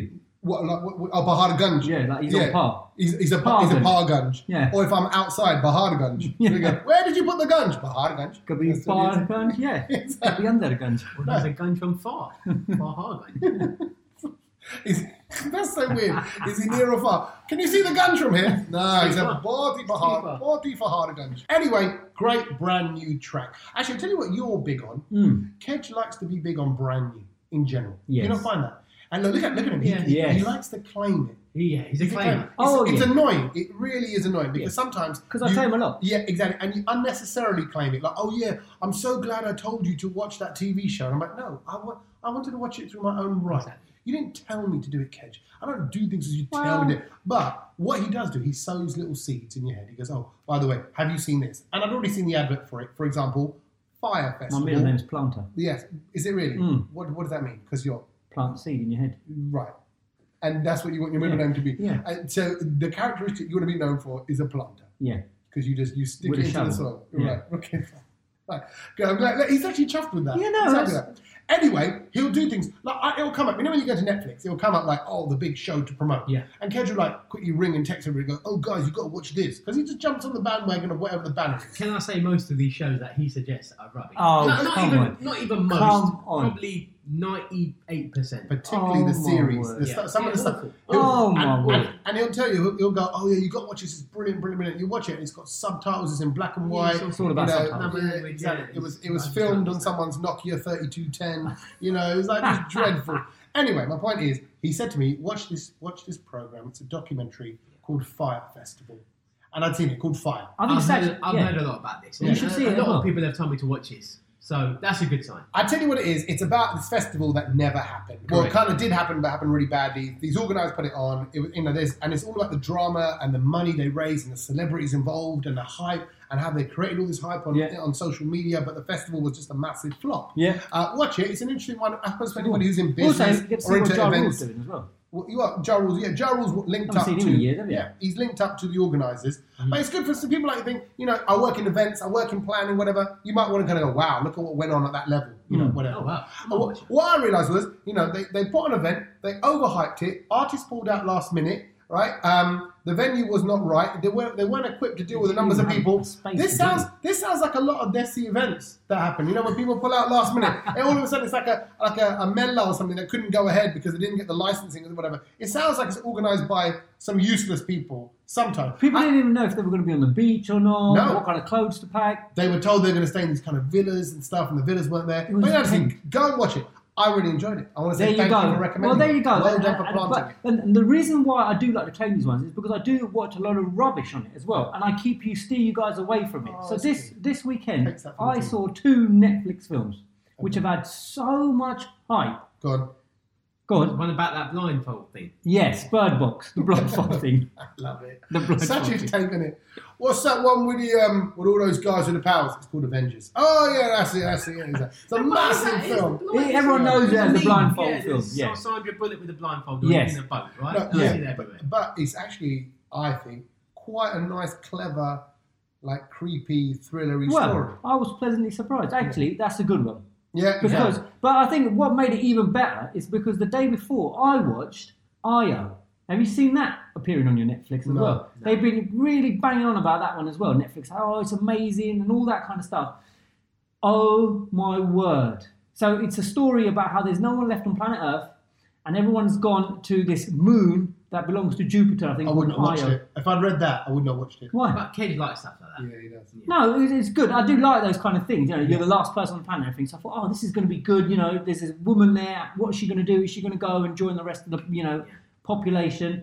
S1: What, like, what, what- oh, Bahar Ganj.
S3: Yeah, like he's on par.
S1: He's, he's a par, he's a
S3: Par
S1: par Ganj.
S3: Yeah.
S1: Or if I'm outside, Bahar Ganj.
S3: Yeah.
S1: We go, Where did you put the Ganj? Bahar Ganj.
S3: Could be
S1: That's what it
S3: far
S1: is.
S3: guns. Yeah. Could be under guns.
S4: Well, there's a gun from far. Far hard gun.
S1: Is- that's so weird. Is he near or far? Can you see the gun from here? No, he's a
S4: far.
S1: body for
S4: too
S1: hard,
S4: far.
S1: body for hard gun. Anyway, great brand new track. Actually, I'll tell you what you're big on.
S3: Mm. Hmm.
S1: Kedge likes to be big on brand new in general. You
S3: Yes.
S1: don't find that? And look, look at look at him. He,
S4: Yeah.
S1: he-
S3: Yes.
S1: he likes to claim it.
S4: Yeah, he's a
S1: He's a claimer.
S4: claimer.
S1: It's,
S3: Oh,
S1: it's
S3: yeah.
S1: annoying. It really is annoying because sometimes
S3: 'Cause I
S1: you-
S3: claim a lot.
S1: Yeah, exactly. And you unnecessarily claim it. Like, oh yeah, I'm so glad I told you to watch that TV show. And I'm like, no, I wa- I wanted to watch it through my own right. You didn't tell me to do it, Kedge. I don't do things as you tell me. to. But what he does do, he sows little seeds in your head. He goes, oh, by the way, have you seen this? And I'd already seen the advert for it. For example, Fire
S3: My
S1: Festival.
S3: middle name's Planter.
S1: Yes, is it really?
S3: Mm.
S1: What What does that mean? Because you're
S3: Plant seed in your head.
S1: right. and that's what you want your middle
S3: Yeah.
S1: name to be.
S3: Yeah.
S1: And so the characteristic you want to be known for is a planter
S3: Yeah.
S1: because you just you stick
S3: With
S1: it
S3: a
S1: into the
S3: shovel.
S1: soil.
S3: Yeah.
S1: Right. Okay. fine. Right. Good, I'm glad. He's actually chuffed with that.
S3: Yeah, no,
S1: He's happy
S3: that's-
S1: with that. Anyway, he'll do things like I- it'll come up. You know when you go to Netflix, it'll come up like, oh, the big show to promote.
S4: Yeah.
S1: And Kedge will like quickly ring and text everybody, go, oh guys, you got to watch this because he just jumps on the bandwagon of whatever the banner is.
S4: Can I say most of these shows that he suggests are rubbish?
S3: Oh,
S4: not, not
S3: come
S4: even,
S3: on.
S4: Not even most.
S3: Come on.
S4: Probably ninety-eight percent.
S1: particularly
S3: Oh,
S1: the
S3: my
S1: series.
S3: word.
S1: The stuff-
S4: Yeah.
S1: some of the
S4: Yeah,
S1: stuff.
S4: awful.
S1: he'll-
S3: Oh,
S1: and,
S3: my
S1: and-
S3: word.
S1: and he'll tell you, he'll, he'll go, "Oh yeah, you got to watch this. It's brilliant, brilliant, brilliant." You watch it, and it's got subtitles. It's in black and white.
S4: it's all-
S3: it's all about
S1: you know,
S3: subtitles.
S1: yeah,
S4: Yeah, yeah,
S1: exactly. It was it was
S4: it's-
S1: filmed on someone's Nokia thirty two ten. You know, it was like it was dreadful. Anyway, my point is, he said to me, "Watch this, watch this program. It's a documentary called Fire Festival." And I'd seen it called Fire.
S3: I think
S4: I've,
S3: it's
S4: heard,
S3: actually-
S4: I've
S3: yeah.
S4: heard a lot about this.
S3: You
S4: Yeah.
S3: should
S4: a,
S3: see
S4: a
S3: it as
S4: lot
S3: well.
S4: of people have told me to watch this, so that's a good sign.
S1: I tell you what it is. It's about this festival that never happened. Well, it
S4: Correct.
S1: kind of did happen, but happened really badly. These organisers put it on. It was, you know, there's and it's all about the drama and the money they raise and the celebrities involved and the hype and how they created all this hype on
S3: Yeah.
S1: on social media. But the festival was just a massive flop.
S3: Yeah.
S1: uh, watch it. It's an interesting one. I suppose for anybody who's in
S3: Also,
S1: business
S3: you get to see
S1: or
S3: what
S1: into
S3: Ja Rule's
S1: events,
S3: doing as well.
S1: well, you are Ja Rule's, yeah, Ja Rule's linked
S3: Haven't
S1: up
S3: seen
S1: to
S3: him in years, have you?
S1: yeah,
S3: Mm-hmm.
S1: he's linked up to the organisers. But it's good for some people like you think, you know, I work in events, I work in planning, whatever. You might want to kind of go, wow, look at what went on at that level, you
S3: Mm.
S1: know, whatever.
S4: Oh, wow.
S1: And what, what I realised was, you know, they, they put an event, they overhyped it, artists pulled out last minute, right? Um, the venue was not right. They weren't they weren't equipped to deal with the numbers of
S3: have
S1: people.
S3: the space to
S1: This
S3: do
S1: sounds
S3: it.
S1: this sounds like a lot of Desi events that happen. You know, when people pull out last minute, and all of a sudden it's like a like a, a Mela or something that couldn't go ahead because they didn't get the licensing or whatever. It sounds like it's organised by some useless people sometimes.
S3: People
S1: I-
S3: didn't even know if they were going to be on the beach or not,
S1: No.
S3: what kind of clothes to pack.
S1: they were told they're going to stay in these kind of villas and stuff, and the villas weren't there.
S3: was
S1: But you know,
S3: pink.
S1: just go and watch it. I really enjoyed it. I want to
S3: There
S1: say
S3: you
S1: thank
S3: go.
S1: you for recommending.
S3: well, there
S1: it.
S3: you go.
S1: Well
S3: and,
S1: done for
S3: and-
S1: planting it.
S3: but- and- and the reason why I do like to claim these ones is because I do watch a lot of rubbish on it as well, and I keep you steer you guys away from it. so
S1: that's
S3: this this weekend,
S1: Oh, Takes that from
S3: I
S1: the team.
S3: saw two Netflix films which have had so much hype.
S1: Go on.
S3: Go on.
S4: One about that blindfold thing.
S3: Yes, Bird Box, the blindfold thing.
S1: Love it.
S3: The blood
S1: Such a
S3: shot.
S1: take on it. What's that one with the um with all those guys with the powers? It's called Avengers. Oh yeah, that's it, that's it. yeah, It's a, it's a massive film.
S3: Everyone knows it as the blindfold
S4: yeah,
S3: film.
S4: it's
S3: Yeah.
S4: Sandra Bullet with a blindfold on
S3: Yes.
S4: in a boat, right?
S1: No,
S4: I see
S1: yeah,
S4: it everywhere.
S1: but, but it's actually, I think, quite a nice, clever, like creepy thrillery story.
S3: Well, I was pleasantly surprised. Actually, that's a good one.
S1: Yeah,
S3: Because,
S1: yeah.
S3: but I think what made it even better is because the day before I watched Io. Have you seen that appearing on your Netflix as
S1: No,
S3: well? They've been really banging on about that one as well. Netflix, oh, it's amazing and all that kind of stuff. Oh my word! So it's a story about how there's no one left on planet Earth, and everyone's gone to this moon that belongs to Jupiter. I think
S1: I wouldn't have
S3: called
S1: watched
S3: Io.
S1: it if I'd read that. I wouldn't have watched it.
S3: Why?
S4: But Kedge likes stuff like that.
S1: Yeah, he does.
S3: No, it's, it's good. I do like those kind of things. You know, you're the last person on the planet. and Everything. So I thought, oh, this is going to be good. You know, there's this woman there. What's she going to do? Is she going to go and join the rest of the you know population?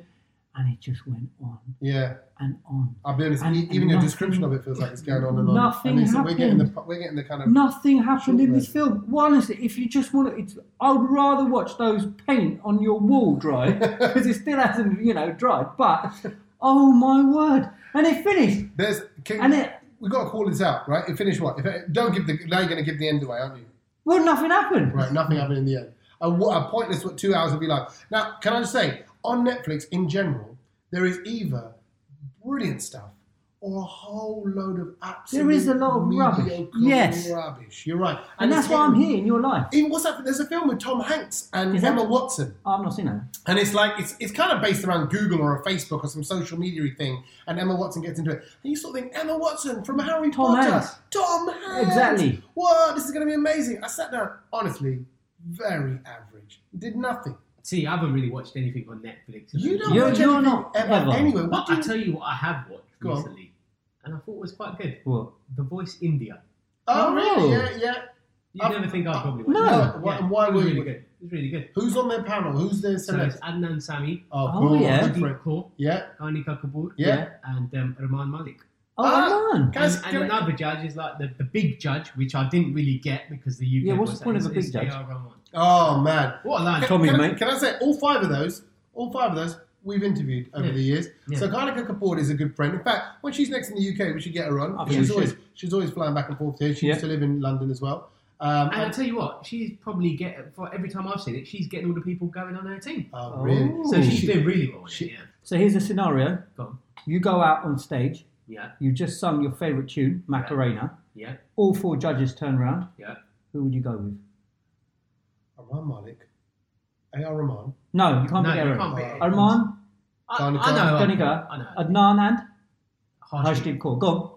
S3: And it just went on
S1: Yeah,
S3: and on.
S1: I'll be honest.
S3: And-
S1: e-
S3: and
S1: even your
S3: nothing-
S1: description of it feels like it's going on and on.
S3: Nothing
S1: And it's- we're getting the
S3: happened.
S1: we're getting the kind of
S3: Nothing happened in this
S1: Short
S3: film. Well, honestly, if you just want to, it's, I would rather watch those paint on your wall dry because it still hasn't you know dried. But oh my word! And it finished.
S1: There's can,
S3: And it-
S1: we got to call this out, right? It finished what? If it, don't give the now you're going to give the end away, aren't you?
S3: Well, nothing happened.
S1: Right, nothing happened in the end. And what a pointless what two hours would be like. Now, can I just say on Netflix in general, there is either brilliant stuff or a whole load of absolute
S3: There is a lot of rubbish.
S1: mediocre
S3: Yes.
S1: rubbish. You're right,
S3: And that's
S1: it's
S3: why I'm
S1: getting-
S3: here in your life.
S1: Even what's that? There's a film with Tom Hanks and
S3: Is that-
S1: Emma Watson.
S3: I've not seen that.
S1: And it's like it's, it's kind of based around Google or a Facebook or some social media thing, and Emma Watson gets into it. And you sort of think Emma Watson from Harry
S3: Tom
S1: Potter,
S3: Hanks.
S1: Tom Hanks,
S3: Exactly.
S1: Whoa, this is going to be amazing. I sat down, honestly, very average. Did nothing.
S4: See, I haven't really watched anything on Netflix.
S1: You don't
S3: You're-
S1: watch
S3: you're
S1: anything
S3: not
S1: ever,
S3: ever.
S1: anyway. What
S4: But
S1: do
S4: I
S1: you?
S4: tell you what, I have watched
S1: Go on.
S4: recently, and I thought it was quite good.
S3: What?
S4: The Voice India.
S1: oh, really?
S3: Oh.
S1: Yeah, yeah.
S4: You
S1: I've-
S4: would never think I'd probably watch
S3: No.
S4: it.
S1: Why- and why
S4: it was
S1: would
S4: really
S1: you?
S4: good. It was really good.
S1: Who's on their panel? Who's their
S4: So
S1: select?
S4: it's Adnan Sami,
S1: Oh,
S3: Oh,
S1: cool.
S3: yeah.
S1: Good
S4: Pradeep
S1: friend.
S4: Kaur,
S1: yeah,
S4: Anika Kapoor,
S1: yeah.
S3: Yeah.
S4: and um, Rahman Malik.
S3: Oh,
S1: Ah,
S3: man.
S1: Guys,
S4: and, and
S1: can-
S4: another judge is like the, the big judge, which I didn't really get because the UK.
S3: Yeah, what's the
S4: was-
S3: point of a
S4: it's-
S3: big judge?
S4: it's A.R. Rahman.
S1: Oh man.
S4: What a line!
S1: Can-
S3: Tommy,
S1: can, I-
S3: mate.
S1: Can I say all five of those? All five of those we've interviewed over
S4: Yeah.
S1: the years.
S4: Yeah.
S1: So Karnika Kapoor is a good friend. In fact, when she's next in the UK, we should get her on.
S3: I think
S1: She's
S3: we
S1: always
S3: should.
S1: she's always flying back and forth here. She
S3: Yeah.
S1: used to live in London as well. Um,
S4: And I tell you what, she's probably get for every time I've seen it, she's getting all the people going on her team.
S1: oh, really?
S4: So she's
S1: She-
S4: doing really well. with it,
S1: she-
S4: yeah.
S3: So here's a scenario.
S4: Go on.
S3: You go out on stage.
S4: Yeah.
S3: You've just sung your favourite tune, Macarena.
S4: Yeah.
S3: All four judges turn around.
S4: Yeah.
S3: Who would you go with? Oh.
S1: Arman Malik, A.R. Rahman.
S3: No, you can't
S4: No,
S3: pick
S4: you
S3: Aaron.
S4: can't be.
S1: Oh.
S3: Arman,
S4: I, I know.
S1: Danica.
S4: I'd-
S3: Danica,
S4: I know.
S3: Adnan, and Hajdeep
S4: Harshdeep.
S3: Kaur. Go on.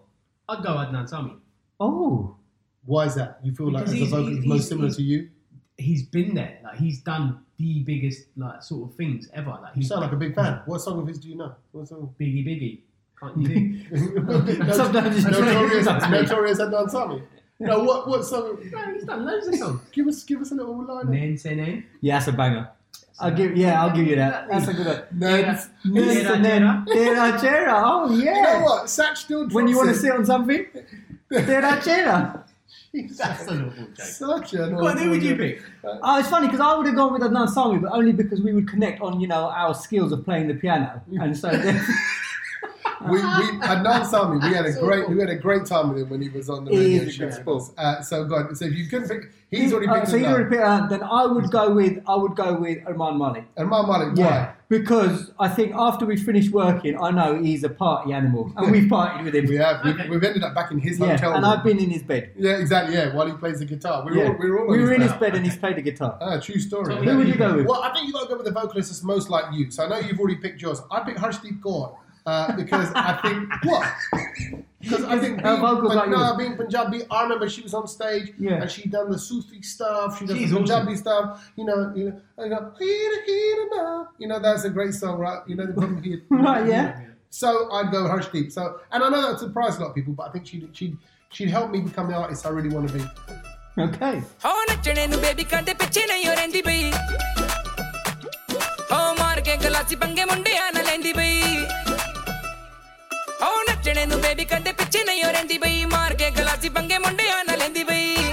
S4: I'd go Adnan Sami.
S3: Oh,
S1: Why is that? You feel like
S4: Because
S1: as a
S4: he's-
S1: vocalist
S4: he's-
S1: most
S4: he's-
S1: similar
S4: he's-
S1: to you?
S4: He's been there. Like he's done the biggest like sort of things ever. Like
S1: You
S4: he's
S1: sound like a big fan. What song of his do you know? What song?
S4: biggie biggie. Can't you do?
S3: Sometimes it's-
S1: notorious, notorious Adnan Sami. No, what what song?
S4: no, he's done loads of songs.
S1: Give us give us a little line.
S4: Nen Senen.
S3: yeah, that's a banger.
S4: uh,
S3: I'll give, yeah, I'll give you that. That's a good one.
S1: Nance.
S3: Nurse and then Terachera. Oh
S1: You know
S3: yeah.
S1: what? Satch still drops
S3: When you want to
S1: it.
S3: sit on something, Terachera.
S4: That's an awful joke.
S1: Such an
S4: What who would you
S1: awful-
S4: pick?
S3: Oh, it's funny because I would have gone with Adnan Sami, but only because we would connect on you know our skills of playing the piano, and so then,
S1: We, we Adnan Sami. We had a great we had a great time with him when he was on the
S3: He
S1: radio
S3: is a
S1: show.
S3: good sport.
S1: Uh, so God, so if you couldn't pick, he's already
S3: Uh,
S1: picked.
S3: so he's already
S1: Adnan.
S3: picked, uh, then I would go with I would go with Arman Malik.
S1: Adnan Malik. Why?
S3: because I think after we finish working, I know he's a party animal, and we've partied with him.
S1: We have we've,
S4: Okay.
S1: we've ended up back in his
S3: yeah,
S1: hotel.
S3: and
S1: room.
S3: I've been in his bed.
S1: Yeah, exactly. Yeah, while he plays the guitar, we were
S3: Yeah.
S1: all, we were all on
S3: We were in his
S1: back.
S3: bed, and he's played the guitar.
S1: Ah, true story.
S4: Who would you
S3: go with?
S1: Well, I think you got to go with the vocalist that's most like you. So I know you've already picked yours. I picked Harshdeep Kaur uh, because I think what? Because I think
S3: Her
S1: being,
S3: vocals like
S1: no,
S3: yours.
S1: being Punjabi, I remember she was on stage
S3: Yeah.
S1: and she done the Sufi stuff. She does
S4: She's
S1: the Punjabi stuff. You know, you know, you know, "Heera, heera, na." you know, that's a great song, right? You know, the problem here.
S3: Right, yeah.
S1: So I'd go Harshdeep. So, and I know that surprised a lot of people, but I think she she she'd help me become the artist I really want to be.
S3: Okay.
S7: ਹੋ ਨੱਚਣੇ ਨੂੰ baby ਕਾਂਦੇ ਪਿੱਛੇ ਨਹੀਂ ਹੋ ਰਹਿੰਦੀ ਪਈ ਹੋ ਮਾਰ ਕੇ ਗਲਾਸੀ ਪੰਗੇ ਮੁੰਡਿਆਂ ਨਾਲ ਲੈਂਦੀ ਪਈ ਹੋ ਨੱਚਣੇ ਨੂੰ ਬੇਬੀ ਕਾਂਦੇ ਪਿੱਛੇ ਨਹੀਂ ਹੋ ਰਹਿੰਦੀ ਪਈ ਮਾਰ ਕੇ ਗਲਾਸੀ ਪੰਗੇ ਮੁੰਡਿਆਂ ਨਾਲ ਲੈਂਦੀ ਪਈ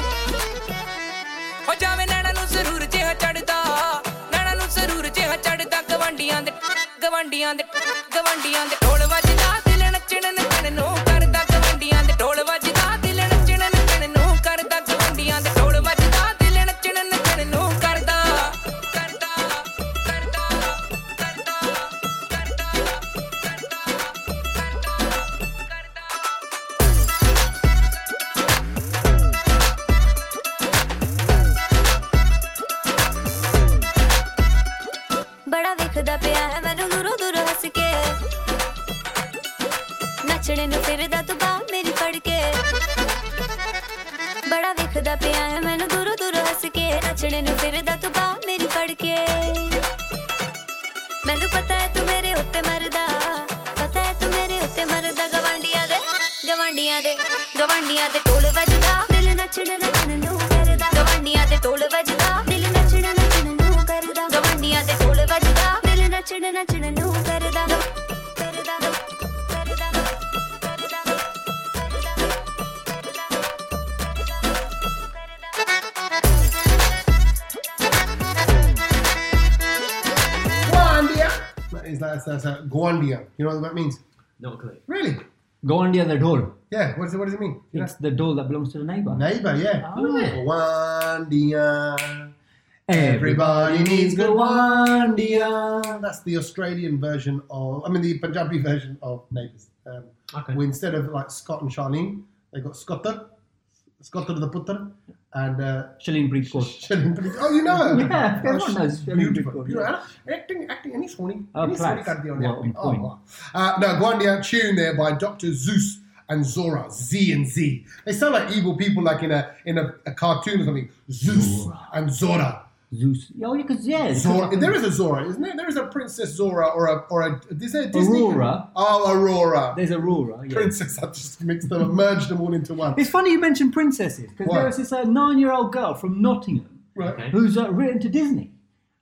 S7: ਹੋ ਜਾਵੇ ਨੈਣਾ ਨੂੰ ਜ਼ਰੂਰ ਜਿਹਾ ਚੜਦਾ ਨੈਣਾ ਨੂੰ ਜ਼ਰੂਰ ਜਿਹਾ ਚੜਦਾ ਗਵਾਂਡੀਆਂ ਦੇ ਗਵਾਂਡੀਆਂ ਦੇ ਗਵਾਂਡੀਆਂ ਦੇ ਢੋਲ ਵੱਜਦਾ ਦਿਲ ਨੱਚਣ ਨੱਚਣ ਨੂੰ ਕਰਦਾ ਗਵਾਂਡੀਆਂ ਦੇ ਢੋਲ ਵੱਜਦਾ ਦਿਲ ਨੱਚਣ ਨੱਚਣ ਨੂੰ ਕਰਦਾ ਗਵਾਂਡੀਆਂ ਦੇ ਢੋਲ ਵੱਜਦਾ ਦਿਲ ਨੱਚਣ ਨੱਚਣ ਨੂੰ ਕਰਦਾ ਕਰਦਾ ਕਰਦਾ ਕਰਦਾ ਕਰਦਾ
S8: ਬੜਾ ਵੇਖਦਾ ਪਿਆ ਹੈ ਮੈਨੂੰ ਦੂਰੋਂ ਦੂਰੋਂ ਹੱਸ ਕੇ ਨੱਚਣੇ ਨੂੰ ਫਿਰਦਾ ਤੂੰ ਬਾਹ ਮੇਰੀ ਫੜ ਕੇ ਬੜਾ ਵੇਖਦਾ ਪਿਆ ਹੈ ਮੈਨੂੰ ਦੂਰੋਂ ਦੂਰੋਂ ਹੱਸ ਕੇ ਨੱਚਣੇ ਨੂੰ ਫਿਰਦਾ ਤੂੰ ਬਾਹ ਮੇਰੀ ਫੜ ਕੇ ਮੈਨੂੰ ਪਤਾ ਹੈ ਤੂੰ ਮੇਰੇ ਉੱਤੇ ਮਰਦਾ ਪਤਾ ਹੈ ਤੂੰ ਮੇਰੇ ਉੱਤੇ ਮਰਦਾ ਗਵਾਂਡੀਆਂ ਦੇ ਗਵਾਂਡੀਆਂ ਦੇ ਗਵਾਂਡੀਆਂ ਦੇ ਢੋਲ ਵੱਜਦਾ ਦਿਲ ਨੱਚਣ ਨੱਚਣ ਨੂੰ ਕਰਦਾ ਗਵਾਂਡੀਆਂ ਦੇ ਢੋਲ ਵੱਜਦਾ ਦਿਲ ਨੱਚਣ ਨੱਚਣ ਨੂੰ ਕਰਦਾ ਗਵਾਂਡੀਆਂ ਦੇ ਢੋਲ ਵੱਜਦਾ ਦਿਲ ਨੱਚਣ ਨੱਚਣ ਨੂੰ ਕਰਦਾ ਕਰਦਾ ਕਰਦਾ ਕਰਦਾ
S1: Gwandia. That is that's that's uh, Gwandia. You know what that means?
S4: Not a clue.
S1: Really?
S3: Go on the other door.
S1: Yeah. What does it, what does it mean? You know?
S3: It's the door that belongs to the neighbour.
S1: Neighbor. Yeah.
S4: Oh,
S3: Ah.
S1: Gwandia.
S3: Everybody needs Gwandia.
S1: And that's the Australian version of, I mean, the Punjabi version of Neighbours. Um,
S4: Okay.
S1: where instead of like Scott and Charlene, they got Scotter, Scotter the Putter, and uh,
S3: Shalene Breed Court.
S1: Shilin. Oh, you know her.
S3: Yeah,
S1: Oh,
S3: everyone knows
S1: she's
S3: Shilin
S1: Beautiful.
S3: Bridgewater,
S1: You know,
S3: yeah.
S1: and acting, acting, any swanny,
S3: Oh,
S1: any swanny
S3: Platts.
S1: can't be on
S3: Well,
S1: acting.
S3: on point.
S1: Oh, oh. Uh, no, Guandia tune there by Dr. Zeus and Zora, Z and Z. They sound like evil people, like in a in a, a cartoon or something. Zeus and Zora.
S3: Zeus. Oh, you could, yeah. it's
S1: Zora.
S3: like-
S1: There is a Zora, isn't there? There is a Princess Zora or a or a. Is there a Disney?
S3: Aurora.
S1: Oh, Aurora.
S3: There's Aurora. Yeah.
S1: Princess. I just mixed them, merged them all into one.
S3: It's funny you mentioned princesses because
S1: Why?
S3: there was this uh, nine-year-old girl from Nottingham
S1: Right.
S4: Okay.
S3: who's uh, written to Disney.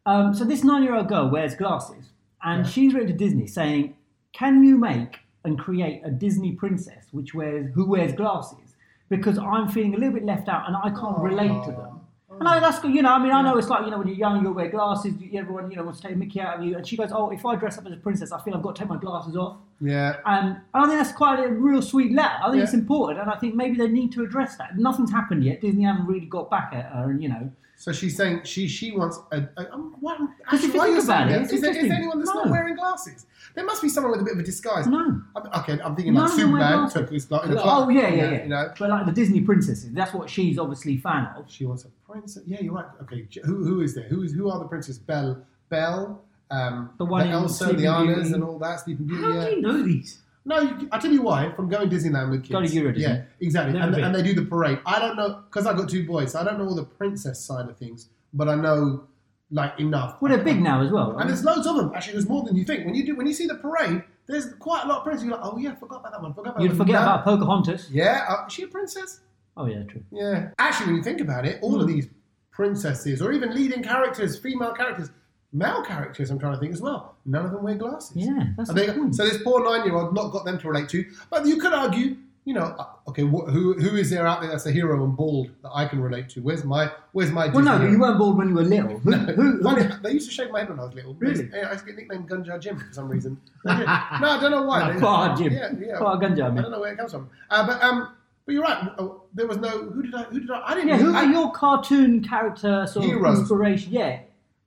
S3: Um, so this nine-year-old girl wears glasses, and she's written to Disney saying, "Can you make and create a Disney princess which wears who wears glasses? Because I'm feeling a little bit left out, and I can't relate to them." And I, that's you know, I mean, I know it's like you know when you're young, you'll wear glasses. you- Everyone you know wants to take a Mickey out of you, and she goes, "Oh, if I dress up as a princess, I feel I've got to take my glasses off."
S1: Yeah.
S3: And, and Um, I think that's quite a real sweet letter. I think it's
S1: Yeah.
S3: important, and I think maybe they need to address that. Nothing's happened yet. Disney haven't really got back at her, and you know,
S1: So she's saying she she wants a. a um, what,
S3: if you
S1: why are
S3: think
S1: you
S3: about
S1: saying
S3: it,
S1: that?
S3: it's
S1: Is there, is there
S3: interesting.
S1: anyone that's not
S3: No.
S1: wearing glasses? There must be someone with a bit of a disguise.
S3: No.
S1: I'm, okay, I'm thinking
S3: None
S1: like
S3: of them wear
S1: Superman
S3: glasses.
S1: took his like in a clock.
S3: oh yeah, yeah,
S1: you know,
S3: yeah.
S1: You know,
S3: But like the Disney princesses, that's what she's obviously a fan of.
S1: she wants a princess. Yeah, you're right. Okay, j- who who is there? Who is who are the princes? Belle, Belle, um,
S3: The one in
S1: Elsa, the
S3: Sleeping
S1: Annas,
S3: Beauty.
S1: and all that. Sleeping Beauty.
S4: How
S1: yeah.
S4: do you know these?
S1: No, you, I tell you why. From going Disneyland with kids,
S3: Go to Euro Disney.
S1: Yeah, exactly.
S4: Never
S1: And,
S4: been.
S1: and they do the parade. I don't know because I've got two boys. So I don't know all the princess side of things, but I know like enough.
S3: Well, they're big now as well.
S1: And
S3: Right?
S1: there's loads of them. Actually, there's more than you think. When you do, when you see the parade, there's quite a lot of princes. You're like, oh yeah, I forgot about that one. Forgot about
S3: You'd
S1: that
S3: forget
S1: one. No.
S3: about Pocahontas.
S1: Yeah, uh, is she a princess?
S3: Oh yeah, true.
S1: Yeah. Actually, when you think about it, all
S3: Hmm.
S1: of these princesses, or even leading characters, female characters, male characters, I'm trying to think as well. None of them wear glasses.
S3: Yeah, that's
S1: I think-
S3: the point.
S1: so this poor nine-year-old not got them to relate to. But you could argue, you know, uh, okay, wh- who who is there out there that's a hero and bald that I can relate to? Where's my where's my?
S3: Well, no,
S1: Disney
S3: you
S1: hero?
S3: weren't bald when you were little. Who, who, who-
S1: Funny, they used to shave my head when I was little.
S3: Really?
S1: Yeah, I used to get nicknamed Gunjar Jim for some reason. They did. no, I don't know why.
S3: No,
S1: They-
S3: Bar Jim.
S1: Yeah, yeah.
S3: Bar Gunja, I
S1: I
S3: mean.
S1: don't know where it comes from. Uh, but um, but you're right. Oh, There was no who did I who did I I didn't.
S3: Yeah, who
S1: I-
S3: were your cartoon character sort
S1: Heroes.
S3: of inspiration? Yeah,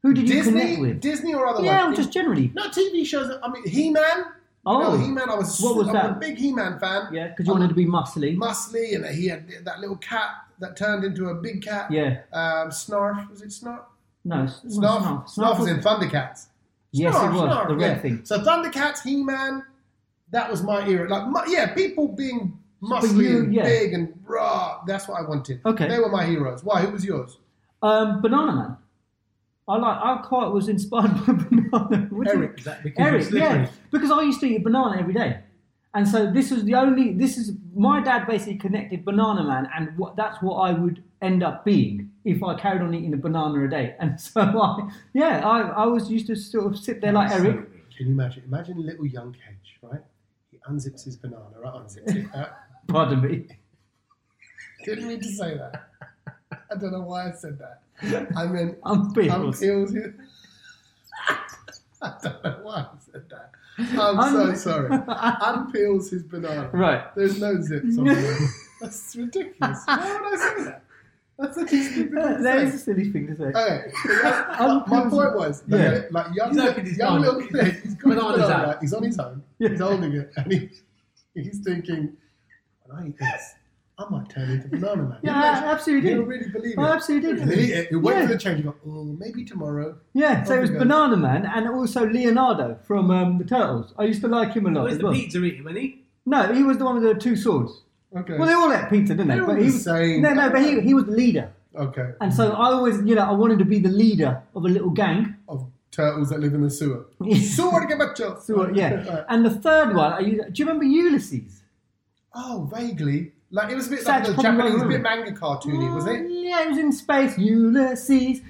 S3: who did you
S1: Disney,
S3: connect with?
S1: Disney or otherwise?
S3: yeah, well, just generally.
S1: no TV shows. I mean, He Man.
S3: Oh.
S1: He Man. I was.
S3: What was
S1: I'm
S3: that?
S1: a big He Man fan.
S3: Yeah, because you wanted to be muscly.
S1: muscly, and he had that little cat that turned into a big cat.
S3: Yeah.
S1: Um, Snarf was it Snarf?
S3: no, s- well,
S1: Snarf.
S3: Snarf.
S1: Snarf, was in Thundercats.
S3: Yes,
S1: Snarf,
S3: it was
S1: Snarf,
S3: the red
S1: yeah.
S3: thing.
S1: So Thundercats, He Man, that was my era. Like, mu- yeah, people being muscly
S3: you-
S1: and
S3: yeah.
S1: big and raw. That's what I wanted.
S3: Okay.
S1: They were my heroes. Why? Who was yours?
S3: Um, Banana Man. I like. I quite was inspired by Banana. What do you-
S1: Eric.
S4: Is that because
S3: Eric,
S4: you're slippery?
S3: yeah, because I used to eat a banana every day, and so this was the only. This is my dad basically connected Banana Man, and what that's what I would end up being if I carried on eating a banana a day. And so I, yeah, I, I was used to sort of sit there like Eric.
S1: Can you imagine? Imagine little young Cage, right? He unzips his banana, right? Unzips it. Uh,
S3: Pardon me.
S1: didn't mean to say that. I don't know why I said that. I meant
S3: I'm
S1: I'm
S3: fearless.
S1: ill. too. I don't know why I said that. I'm, so
S3: Un-
S1: sorry. Unpeels his banana.
S3: Right.
S1: There's no zips on it. That's ridiculous. Why would I say that? That's such a stupid thing to
S3: That is
S1: say.
S3: a silly thing to say.
S4: Uh,
S1: Okay. My
S3: Unpeels-
S1: point was, like,
S3: Yeah.
S1: like young,
S4: He's opened his
S1: young
S4: banana.
S1: little kid, he's got his
S4: Banana's
S1: banana,
S4: out.
S1: right? he's on his own,
S3: Yeah.
S1: he's holding it, and he, he's thinking, when I eat this, I might turn into banana man.
S3: Yeah,
S1: You imagine-
S3: I absolutely
S1: You
S3: did.
S1: don't really believe it.
S3: I absolutely did.
S1: And then he, he waited
S3: Yeah.
S1: for the change. He go, oh, maybe tomorrow.
S3: Yeah, so it was
S1: Okay.
S3: Banana Man and also Leonardo from um, the Turtles. I used to like him a lot
S4: Where's
S3: as
S4: the
S3: well.
S4: pizza eating, wasn't he?
S3: No, he was the one with the two swords.
S1: Okay.
S3: Well, they all had pizza, didn't they?
S1: They're all the
S3: he was,
S1: same.
S3: No, no, but he, he was the leader.
S1: okay.
S3: And so I always, you know, I wanted to be the leader of a little gang.
S1: Of turtles that live in the sewer. sewer to get back to.
S3: So, yeah.
S1: Right.
S3: And the third one, I used, do you remember Ulysses?
S1: Oh, vaguely. Like it was a bit
S3: That's
S1: like the
S3: probably Mm.
S1: Japanese, it was a
S3: right.
S1: bit manga cartoony, was it?
S3: Yeah, it was in space. Ulysses,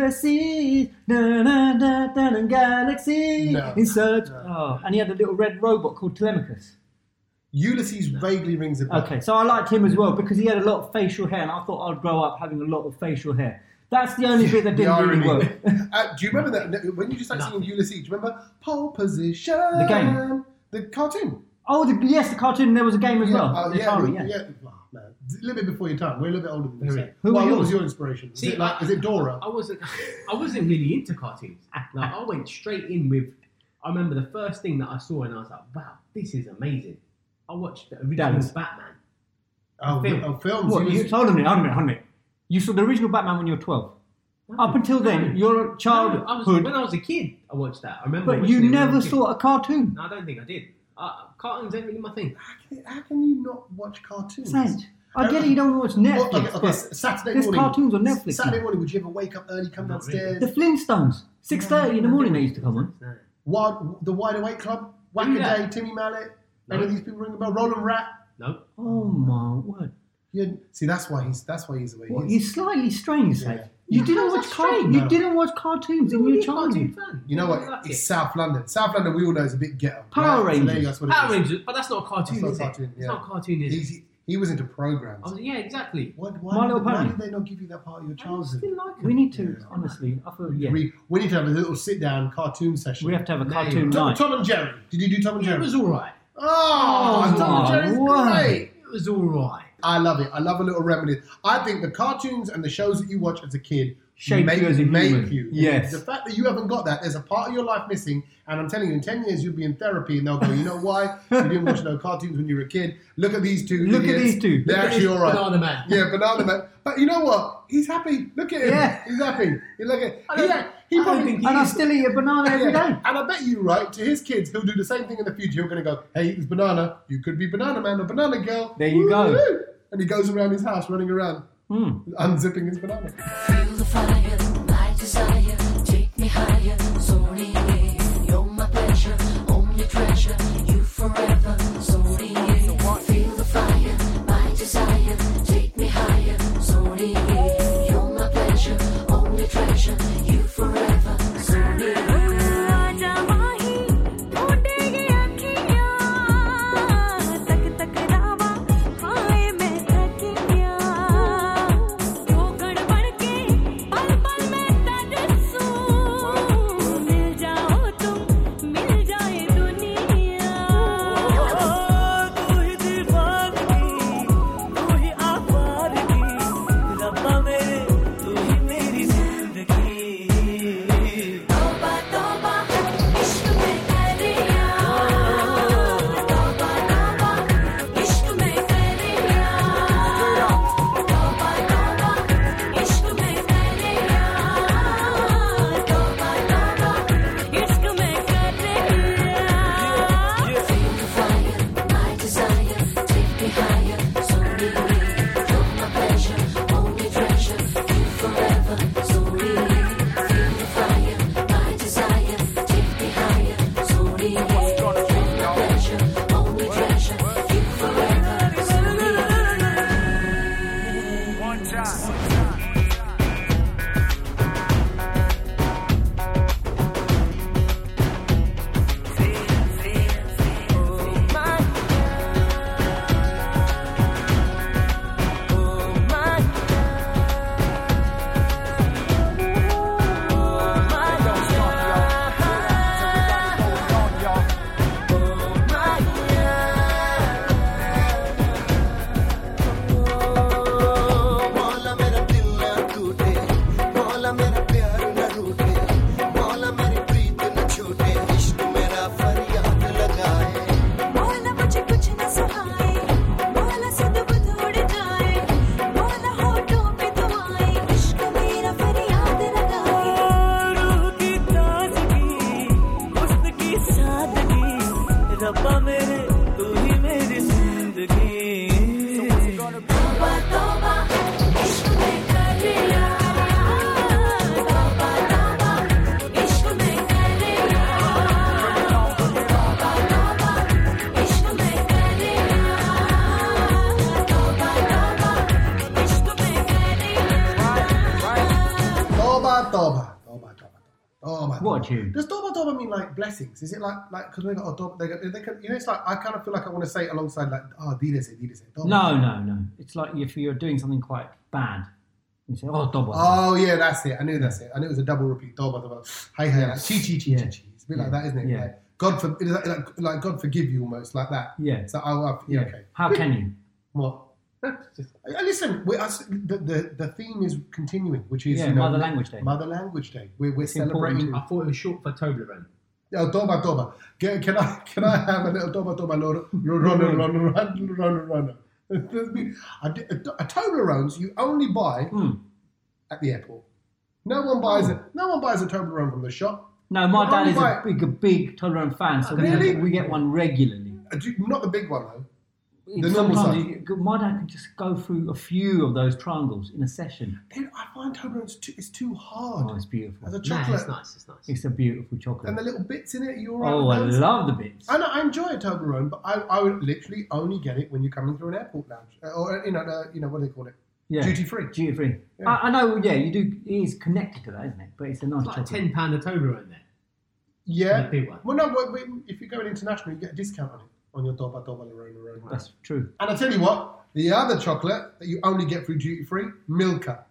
S3: Ulysses, da da da da da galaxy.
S1: No.
S3: In search. Oh, and he had a little red robot called Telemachus.
S1: Ulysses vaguely rings a bell.
S3: Okay, so I liked him as well because he had a lot of facial hair, and I thought I'd grow up having a lot of facial hair. That's the only bit that
S1: The
S3: didn't really
S1: irony.
S3: work.
S1: uh, do you remember that when you just started singing Ulysses? Do you remember pole position? The
S3: game.
S1: the cartoon.
S3: Oh, the, yes, the cartoon. There was a game as well.
S4: uh,
S1: oh,
S3: the
S1: yeah,
S3: Atari,
S1: yeah.
S3: yeah.
S1: Oh, man. It's A little bit before your time. We're a little bit older than you.
S4: Very.
S1: so.
S3: Who
S1: well,
S3: were
S1: what was
S3: yours? Oh,
S1: your inspiration? Is
S4: See,
S1: it like,
S4: I-
S1: is it Dora?
S4: I wasn't. I wasn't really into cartoons. Like I went straight in with. I remember the first thing that I saw, and I was like, "Wow, this is amazing." I watched the original
S3: Dallas.
S4: Batman.
S1: Oh,
S4: Film.
S1: oh, films.
S3: What?
S1: You
S3: You,
S1: was-
S3: hold on a minute, hold on a minute, hold on a minute. You saw the original Batman when you were 12. Up until then, your
S4: No, I was,
S3: childhood.
S4: when I was a kid, I watched that. I remember.
S3: but
S4: watching
S3: you
S4: it when I
S3: never
S4: was a kid.
S3: saw a cartoon.
S4: No, I don't think I did. Uh, cartoons ain't really my thing.
S1: How can you not watch cartoons?
S3: Saint. I get it, you don't watch
S1: Well,
S3: Netflix.
S1: okay, okay,
S3: but
S1: S- Saturday
S3: there's
S1: morning.
S3: cartoons on Netflix.
S1: Saturday
S3: now.
S1: morning, would you ever wake up early, come
S4: Not really.
S1: downstairs?
S3: The Flintstones. 6.30 in the morning they used to come on.
S4: No.
S1: Wide, the Wide Awake Club, Whack a
S4: Yeah.
S1: Day, Timmy Mallet,
S4: No.
S1: any of these people ring a bell, Roland Rat.
S4: No.
S3: Oh my word.
S1: Yeah, see, that's why he's that's why he's the way
S3: Well,
S1: he
S3: you're
S1: is.
S3: slightly strange, Saint.
S1: Yeah.
S3: You didn't
S4: How's
S3: watch
S4: that
S3: cartoons.
S4: strange?
S3: You
S1: No.
S3: didn't watch cartoons in
S4: Were you
S3: your
S4: a cartoon
S3: childhood.
S4: fan?
S1: You know
S4: I
S1: what?
S4: like
S1: It's
S4: it.
S1: South London. South London, we all know, is a bit ghetto.
S3: Power
S1: right? So there you
S3: Rangers.
S1: go, that's what it
S4: Power
S1: is.
S4: Rangers, but that's not a cartoon,
S1: That's not
S4: is
S1: a cartoon,
S4: it?
S1: yeah.
S4: It's not a cartoon, is
S1: He's,
S4: it?
S1: He was into programs.
S4: I was, yeah, exactly.
S1: Why,
S3: My
S1: why,
S3: Little
S1: did, why
S3: Pony.
S1: did they not give you that part of your childhood?
S4: didn't like
S3: We need to,
S1: Yeah.
S3: honestly. I feel, yeah.
S1: We, we need to have a little sit down cartoon session.
S3: We have to have a
S4: No,
S3: cartoon
S1: Tom,
S3: night.
S1: Tom and Jerry. Did you do Tom and
S4: It
S1: Jerry?
S4: was all right.
S1: oh,
S3: Oh,
S1: Tom and Jerry's
S3: why?
S1: great.
S4: It was all right.
S1: I love it. I love a little reminiscence. I think the cartoons and the shows that you watch as a kid
S3: Shape
S1: make,
S3: you as a
S1: make
S3: human.
S1: you.
S3: Yes.
S1: The fact that you haven't got that, there's a part of your life missing. And I'm telling you, in 10 years, you'll be in therapy and they'll go, you know why? You didn't watch no cartoons when you were a kid. Look at these two.
S3: Look at
S1: idiots.
S3: these two.
S1: They're
S4: Look at
S1: actually
S4: this
S1: all right.
S4: Banana man.
S1: Yeah, banana man. But you know what? He's happy. Look at him.
S3: Yeah.
S1: He's happy. You look at
S4: I
S1: he,
S4: don't-
S1: act- he
S4: I don't
S1: probably
S4: think he
S3: And I still eat a banana every
S1: Yeah.
S3: day.
S1: And I bet you, right, to his kids, he'll do the same thing in the future. He'll going to go, hey, it's banana. You could be banana man or banana girl.
S3: There you go.
S1: Woo-hoo. And he goes around his house running around,
S3: Hmm.
S1: unzipping his banana.
S6: Feel the fire, my desire. Take me higher, soaring. You're my pleasure, only treasure. You forever, soaring. Feel the fire, my desire. Take me higher, soaring. You're my pleasure, only treasure. You forever, soaring.
S8: आजा माही टूटे ये अखियां तक तक रावा हाय मैं थकिया जो गड़बड़ के पल पल में तरसू मिल जाओ तुम मिल जाए दुनिया
S7: Oh, तू ही दीवानी तू ही आवारगी रब्बा मेरे तू ही मेरी जिंदगी
S8: तोबा तोबा इश्क में करिया तोबा तोबा इश्क में करिया तोबा तोबा इश्क में करिया तोबा तोबा इश्क में करिया
S6: My desire, take me higher, soaring. You're my pleasure, only treasure. You forever, soaring. Feel the fire. My desire, take me higher, soaring. You're my pleasure, only treasure. You forever, soaring.
S7: मौला मेरा दिल ना टूटे मौला मेरा प्यार ना रूठे मौला मेरी प्रीत न छूटे इश्क मेरा फरियाद लगाए
S8: मौला मुझे कुछ न सहाए मौला सद बुध उड़ जाए मौला होठों पे दुआए इश्क मेरा फरियाद लगाए
S7: रूह की ताजगी हुस्न की सादगी रब्बा मेरे तू ही मेरी जिंदगी
S8: तोबा तोबा इश्क में करिया तोबा तोबा इश्क में करिया तोबा तोबा इश्क में करिया तोबा तोबा इश्क में करिया
S1: Toba, Toba. Toba, Toba. Toba,
S3: What a
S1: Toba.
S3: tune.
S1: Does Toba Toba mean like blessings? Is it like like because we got oh, Toba, they got, they can, you know it's like I kind of feel like I want to say it alongside like oh Dida it, Dida it. Toba.
S3: No, no, no. It's like if you're doing something quite bad, you say, oh, double.
S1: Oh yeah, that's it. I knew that's it. I knew it was a double repeat. Toba Toba. Hey hey, like, chi chi chi
S3: Yeah.
S1: chi chi. It's a bit like that, isn't it?
S3: Yeah.
S1: Like, God for it's like, like, like God forgive you almost like that.
S3: Yeah.
S1: So oh uh, yeah, okay.
S3: How can you?
S1: What? Uh, Listen, we, us, the, the the theme is continuing, which is
S3: Yeah,
S1: you know,
S3: Mother Language Day.
S1: Mother Language Day. We're, we're
S3: It's important.
S1: celebrating.
S4: I thought it was short for Toblerone.
S1: Oh, Toba Toba. Can, can I can I have a little Toba Toba lo- lo- run run run run run run? A, a Toblerones you only buy
S3: Hmm.
S1: at the airport. No one buys it. No one buys a Toblerone from the shop.
S3: No, my
S1: Oh,
S3: dad is a
S1: right.
S3: big, a big Tolerant fan, so we,
S1: Really?
S3: get, we get one regularly.
S1: Uh, do- Not the big one though. The
S3: Sometimes
S1: normal
S3: you- my dad can just go through a few of those triangles in a session.
S1: Dude, I find Toblerones too, it's too
S3: Oh,
S1: hard
S3: it's beautiful.
S1: as a
S4: Nah,
S1: chocolate.
S4: it's nice. It's nice.
S3: It's a beautiful chocolate.
S1: and the little bits in it, you're
S3: oh, I love the bits.
S1: I know I enjoy a Toblerone, but I, I would literally only get it when you're coming through an airport lounge uh, or you know uh, you know what do they call it?
S3: Yeah.
S1: Duty free.
S3: Duty free.
S1: Yeah.
S3: I, I know, yeah, you do. It is connected to that, isn't it? But it's a nice
S4: It's like a
S3: chocolate.
S4: ten pound of Toblerone there.
S1: Yeah.
S4: The big one.
S1: Well, no. Well, we- if you go in international, you get a discount on it. on your Toba Toba Lorona Rona.
S3: That's true.
S1: And I tell you what, the other chocolate that you only get through duty free, Milka.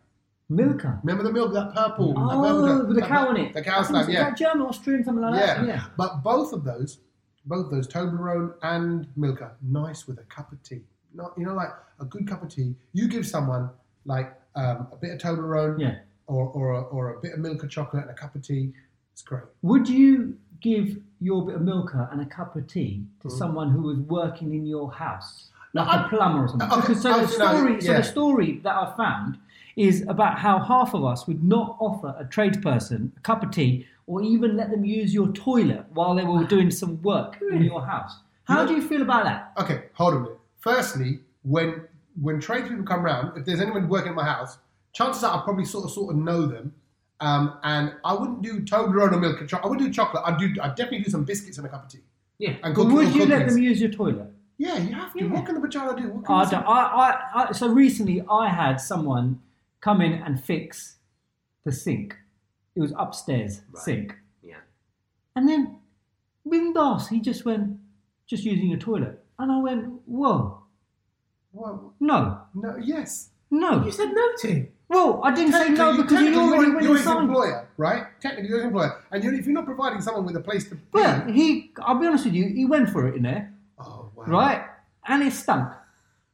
S3: Milka.
S1: Remember the milk, that purple, that purple
S3: Oh,
S1: that-
S3: with the
S1: that-
S3: cow on it.
S1: Mm. the
S3: I
S1: cow
S3: think
S1: slab,
S3: it's
S1: yeah.
S3: like German, Austrian, something like
S1: Yeah.
S3: that. Yeah.
S1: But both of those, both those Toblerone and Milka, nice with a cup of tea. Not you know like a good cup of tea. You give someone like um, a bit of Toblerone,
S3: Yeah.
S1: or or a, or a bit of Milka chocolate and a cup of tea. It's great.
S3: Would you give your bit of Milka and a cup of tea to someone who was working in your house, like a
S1: Mm. I-
S3: plumber or something?
S1: Okay,
S3: Because so
S1: I
S3: the
S1: was gonna-
S3: story, so
S1: yeah.
S3: the story that I found is about how half of us would not offer a tradesperson a cup of tea or even let them use your toilet while they
S1: Ah.
S3: were doing some work in your house. How do you feel about that?
S1: Okay, hold on a minute. Firstly, when when trade people come round, if there's anyone working at my house, chances are I probably sort of sort of know them. Um, and I wouldn't do Toblerone or milk and chocolate. I would do chocolate. I'd do. I'd definitely do some biscuits and a cup of tea.
S4: Yeah.
S1: And cookies.
S3: Would
S1: or
S3: you let
S1: cookies.
S3: them use your toilet?
S1: Yeah, you have to. What can the pajama do? What can
S3: I
S1: this-
S3: don't, I, I, I, so recently, I had someone come in and fix the sink. It was upstairs sink,
S4: Yeah.
S3: and then Windows. He just went, just using your toilet, and I went, whoa,
S1: Well,
S3: no,
S1: no, yes.
S3: no.
S4: You said no to.
S3: Well, I didn't say no
S1: Technically-
S3: because he
S1: technically
S3: already
S1: you're,
S3: went
S1: you're his
S3: inside.
S1: employer, right? Technically, you're his employer, and you're, if you're not providing someone with a place to,
S3: Well,
S1: pee-
S3: he, I'll be honest with you, he went for it in there,
S1: oh wow,
S3: right? And it stunk.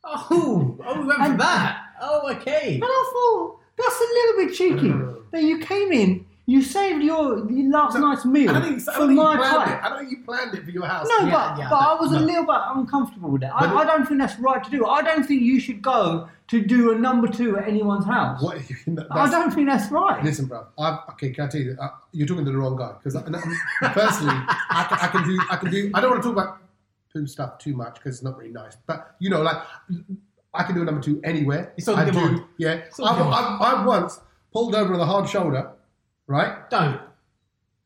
S4: Oh, oh, we went for
S3: And-
S4: that. Oh, okay.
S3: And I thought, that's a little bit cheeky.
S1: Mm.
S3: That you came in, you saved your your last night's meal
S1: I don't think, I
S3: for
S1: don't think
S3: my
S1: you planned it.
S3: time.
S1: I don't think you planned it for your house.
S3: No,
S4: Yeah,
S3: but,
S4: yeah,
S3: but I
S4: that-
S3: was a
S4: no.
S3: little bit uncomfortable with that.
S1: But it-
S3: I, I don't think that's right to do. I don't think you should go to do a number two at anyone's house.
S1: What? You,
S3: I
S1: that's-
S3: don't think that's right.
S1: Listen, bro. I've, okay, can I tell you? Uh, you're talking to the wrong guy because personally, I, ca- I can do. I can do. I don't want to talk about poo stuff too much because it's not really nice. But you know, like I can do a number two anywhere.
S4: It's on
S1: I
S4: demand.
S1: Do, yeah.
S4: on
S1: I've,
S4: demand.
S1: I've, I've once pulled over on the hard shoulder, right?
S4: Don't.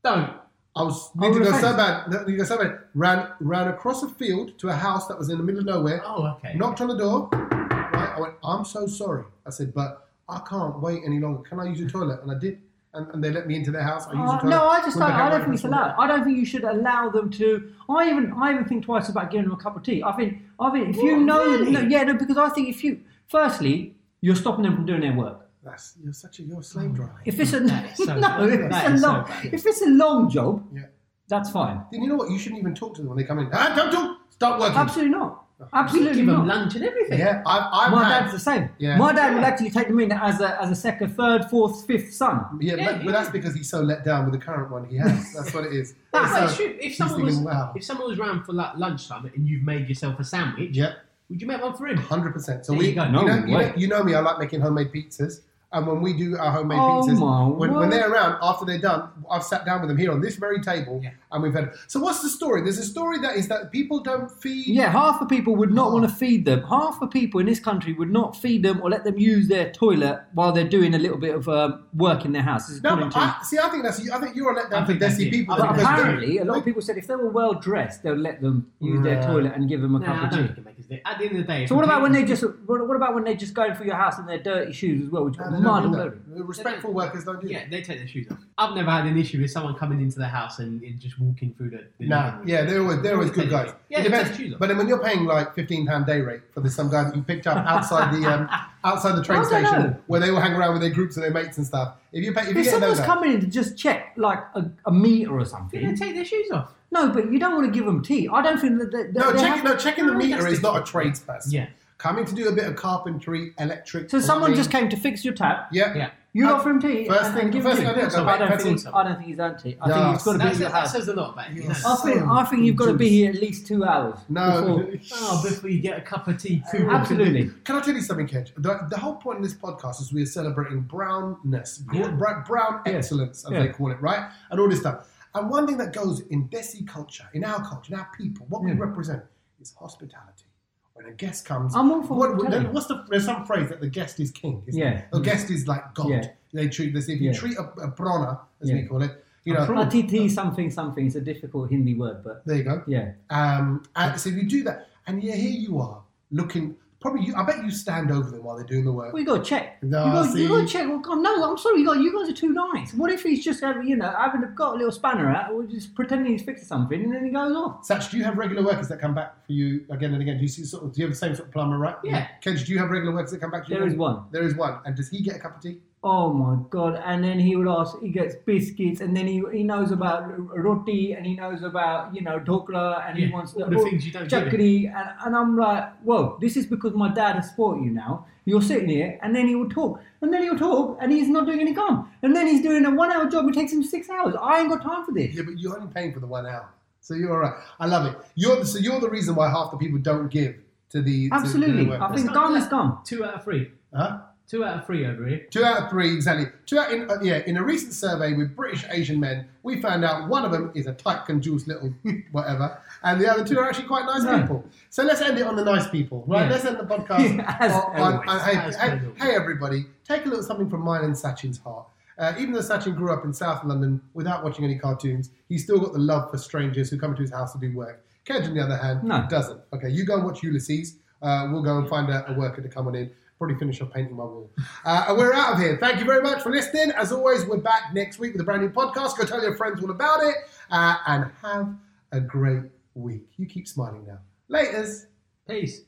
S4: Don't.
S1: I was need to go
S3: really?
S1: so bad. Need to go so bad. Ran ran across a field to a house that was in the middle of nowhere.
S4: Oh, okay.
S1: Knocked on the door. Right, I went. I'm so sorry. I said, but I can't wait any longer. Can I use your toilet? And I did. And, and they let me into their house. I used
S3: Uh,
S1: the toilet.
S3: no, I just
S1: Went
S3: don't.
S1: back out,
S3: I
S1: ran
S3: don't think it's
S1: across the-
S3: allowed. I don't think you should allow them to. I even, I even think twice about giving them a cup of tea. I think, I think if you
S4: What,
S3: know,
S4: really?
S3: no, yeah, no, because I think if you, firstly, you're stopping them from doing their work.
S1: That's you're such a you're a slave driver.
S3: If it's a
S4: Mm. is so
S3: no,
S4: bad.
S3: if it's
S4: That
S3: a
S4: is so
S3: long,
S4: bad.
S3: if it's a long job,
S1: Yeah.
S3: that's fine.
S1: Then you know what? You shouldn't even talk to them when they come in. Ah, don't talk. Start working.
S3: Absolutely not.
S4: We
S3: Absolutely
S4: give them
S3: not.
S4: lunch and everything.
S1: Yeah, I've, I've
S3: My
S1: had,
S3: dad's the same.
S1: Yeah.
S3: My dad would actually take them in as a as a second, third, fourth, fifth son.
S1: Yeah,
S4: Yeah,
S1: but,
S4: yeah.
S1: but that's because he's so let down with the current one he has. That's what it is.
S4: That's
S1: So
S4: like, shoot, if
S1: he's
S4: someone was
S1: thinking, wow.
S4: if someone was round for like lunchtime and you've made yourself a sandwich,
S1: Yeah,
S4: would you make one for him?
S1: hundred percent. So
S4: There
S1: we,
S4: you go.
S1: know,
S3: No
S1: you, know,
S3: way.
S1: you know me. I like making homemade pizzas, and when we do our homemade
S3: Oh
S1: pizzas,
S3: my
S1: when, when
S3: word.
S1: they're around after they're done, I've sat down with them here on this very table,
S4: Yeah.
S1: and we've had. So what's the story? There's a story that is that people don't feed.
S3: Yeah, half the people would
S4: Ah.
S3: not want to feed them. Half the people in this country would not feed them or let them use their toilet while they're doing a little bit of um, work in their house. This is
S1: No,
S3: according
S1: but
S3: to-
S1: I, see, I think that's. I think you're a letdown for
S4: think that's
S1: Desi
S4: it.
S1: people.
S4: I think
S3: but
S1: because-
S4: that's
S3: apparently, a lot of people said if they were well dressed, they'll let them use their
S1: Nah.
S3: toilet and give them a
S4: Nah, I
S3: cup
S4: don't
S3: of
S4: think
S3: tea.
S4: it makes a difference. At the end of the day,
S3: So what about when
S4: they
S3: they just what, what about when they're just going through your house in their dirty shoes as well, which
S1: No,
S3: got
S1: they
S3: mud
S1: don't
S3: all
S1: do
S3: over?
S1: that. Respectful workers don't do
S4: Yeah, they take their shoes off. I've never had an issue with someone coming into the house and, and just walking through the.
S1: that.
S4: the
S1: Nah,
S4: living room.
S1: yeah, they're always they're always good guys.
S4: Yeah,
S1: it
S4: they
S1: depends.
S4: take shoes off.
S1: But then when you're paying like fifteen pound day rate for this some guy that you picked up outside the um, outside the train
S3: I don't
S1: station
S3: know.
S1: where they all hang around with their groups and their mates and stuff, if you pay, if you
S3: If
S1: get those
S3: someone's
S1: guys-
S3: coming in to just check like a, a meter or
S4: Yeah, they
S3: something,
S4: take their shoes off.
S3: no, but you don't want to give them tea. I don't think that they,
S1: No,
S3: they
S1: check,
S3: have-
S1: no, checking the
S4: No,
S1: meter
S4: that's
S1: is not a tradesperson.
S4: Yeah.
S1: Coming to do a bit of carpentry, electric.
S3: So someone
S1: plumbing.
S3: just came to fix your tap.
S1: Yeah.
S4: Yeah.
S3: You
S1: Uh,
S3: offer him tea.
S1: first
S3: and,
S1: thing-
S3: and give
S1: first
S3: him
S1: thing I
S3: tea.
S1: did, I
S3: I
S1: went,
S3: don't
S4: "That's
S3: think
S4: awesome."
S3: I don't think he's anti. I
S1: Yeah.
S3: think he's got to be
S4: That
S3: at
S4: says,
S3: your
S4: that
S3: house.
S4: says a lot about you. you
S1: Yes.
S4: know.
S3: I think I think you've got to be here at least two hours.
S1: No.
S3: before-
S4: Oh, before you get a cup of tea, cool.
S3: absolutely.
S1: Can I tell you something, Kedge? The, the whole point of this podcast is we're celebrating brownness, br- br- brown excellence, as
S3: Yeah.
S1: they call it, right? And all this stuff. And one thing that goes in Desi culture, in our culture, in our people, what we represent is hospitality. When a guest comes,
S3: I'm all for
S1: what- what-
S3: hospitality.
S1: what's the, there's some phrase that the guest is king. Isn't
S3: Yeah.
S1: there? The guest is like God.
S3: Yeah.
S1: They treat this. If you
S3: Yeah.
S1: treat a, a prana, as we
S3: Yeah.
S1: call it, you know,
S3: Atiti something something. It's a difficult Hindi word, but
S1: there you go.
S3: yeah.
S1: Um, and so if you do that, and yeah, here you are looking. Probably, you, I bet you stand over them while they're doing the work.
S3: We got to check.
S1: No,
S3: you
S1: I
S3: got, you got to
S1: see.
S3: check. Well, God, no, I'm sorry, you guys, you guys are too nice. What if he's just having, you know, having got a little spanner out, or just pretending he's fixing something, and then he goes off.
S1: Satch, do you have regular workers that come back for you again and again? Do you see sort of, do you have the same sort of plumber, right?
S4: Yeah.
S1: Kedge, do you have regular workers that come back to you?
S3: There is one.
S1: There is one. And does he get a cup of tea?
S3: Oh my god! And then he would ask. He gets biscuits, and then he he knows about r- roti, and he knows about you know dokla, and he
S4: Yeah,
S3: wants
S4: all the things you don't give him.
S3: chakri, and, and I'm like, whoa! This is because my dad has taught you now. You're sitting here, and then he will talk, and then he'll talk, and he's not doing any gum, and then he's doing a one-hour job which takes him six hours. I ain't got time for this.
S1: Yeah, but you're only paying for the one hour, so you're all right. I love it. You're so you're the reason why half the people don't give to the to- To the
S3: Absolutely,
S1: workers.
S3: I think gum is gum.
S4: Two out of three.
S1: Huh?
S4: Two out of three over here.
S1: Two out of three, exactly. Two out in uh, yeah. In a recent survey with British Asian men, we found out one of them is a type conjuiced little whatever, and the other two are actually quite nice
S3: Yeah.
S1: people. So let's end it on the nice people, right?
S3: Yeah.
S1: Let's end the podcast.
S3: As
S1: on- on-
S3: always,
S1: on- hey,
S4: as
S1: hey,
S4: per usual.
S1: hey, everybody, take a little something from mine and Sachin's heart. Uh, even though Sachin grew up in South London without watching any cartoons, he's still got the love for strangers who come to his house to do work. Kedge, on the other hand,
S3: No.
S1: doesn't. Okay, you go and watch Ulysses. Uh, we'll go and find a, a worker to come on in. Probably finish off painting my wall. Uh, and we're out of here. Thank you very much for listening. As always, we're back next week with a brand new podcast. Go tell your friends all about it uh, and have a great week. You keep smiling now. Laters.
S4: Peace.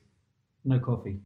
S3: No coffee.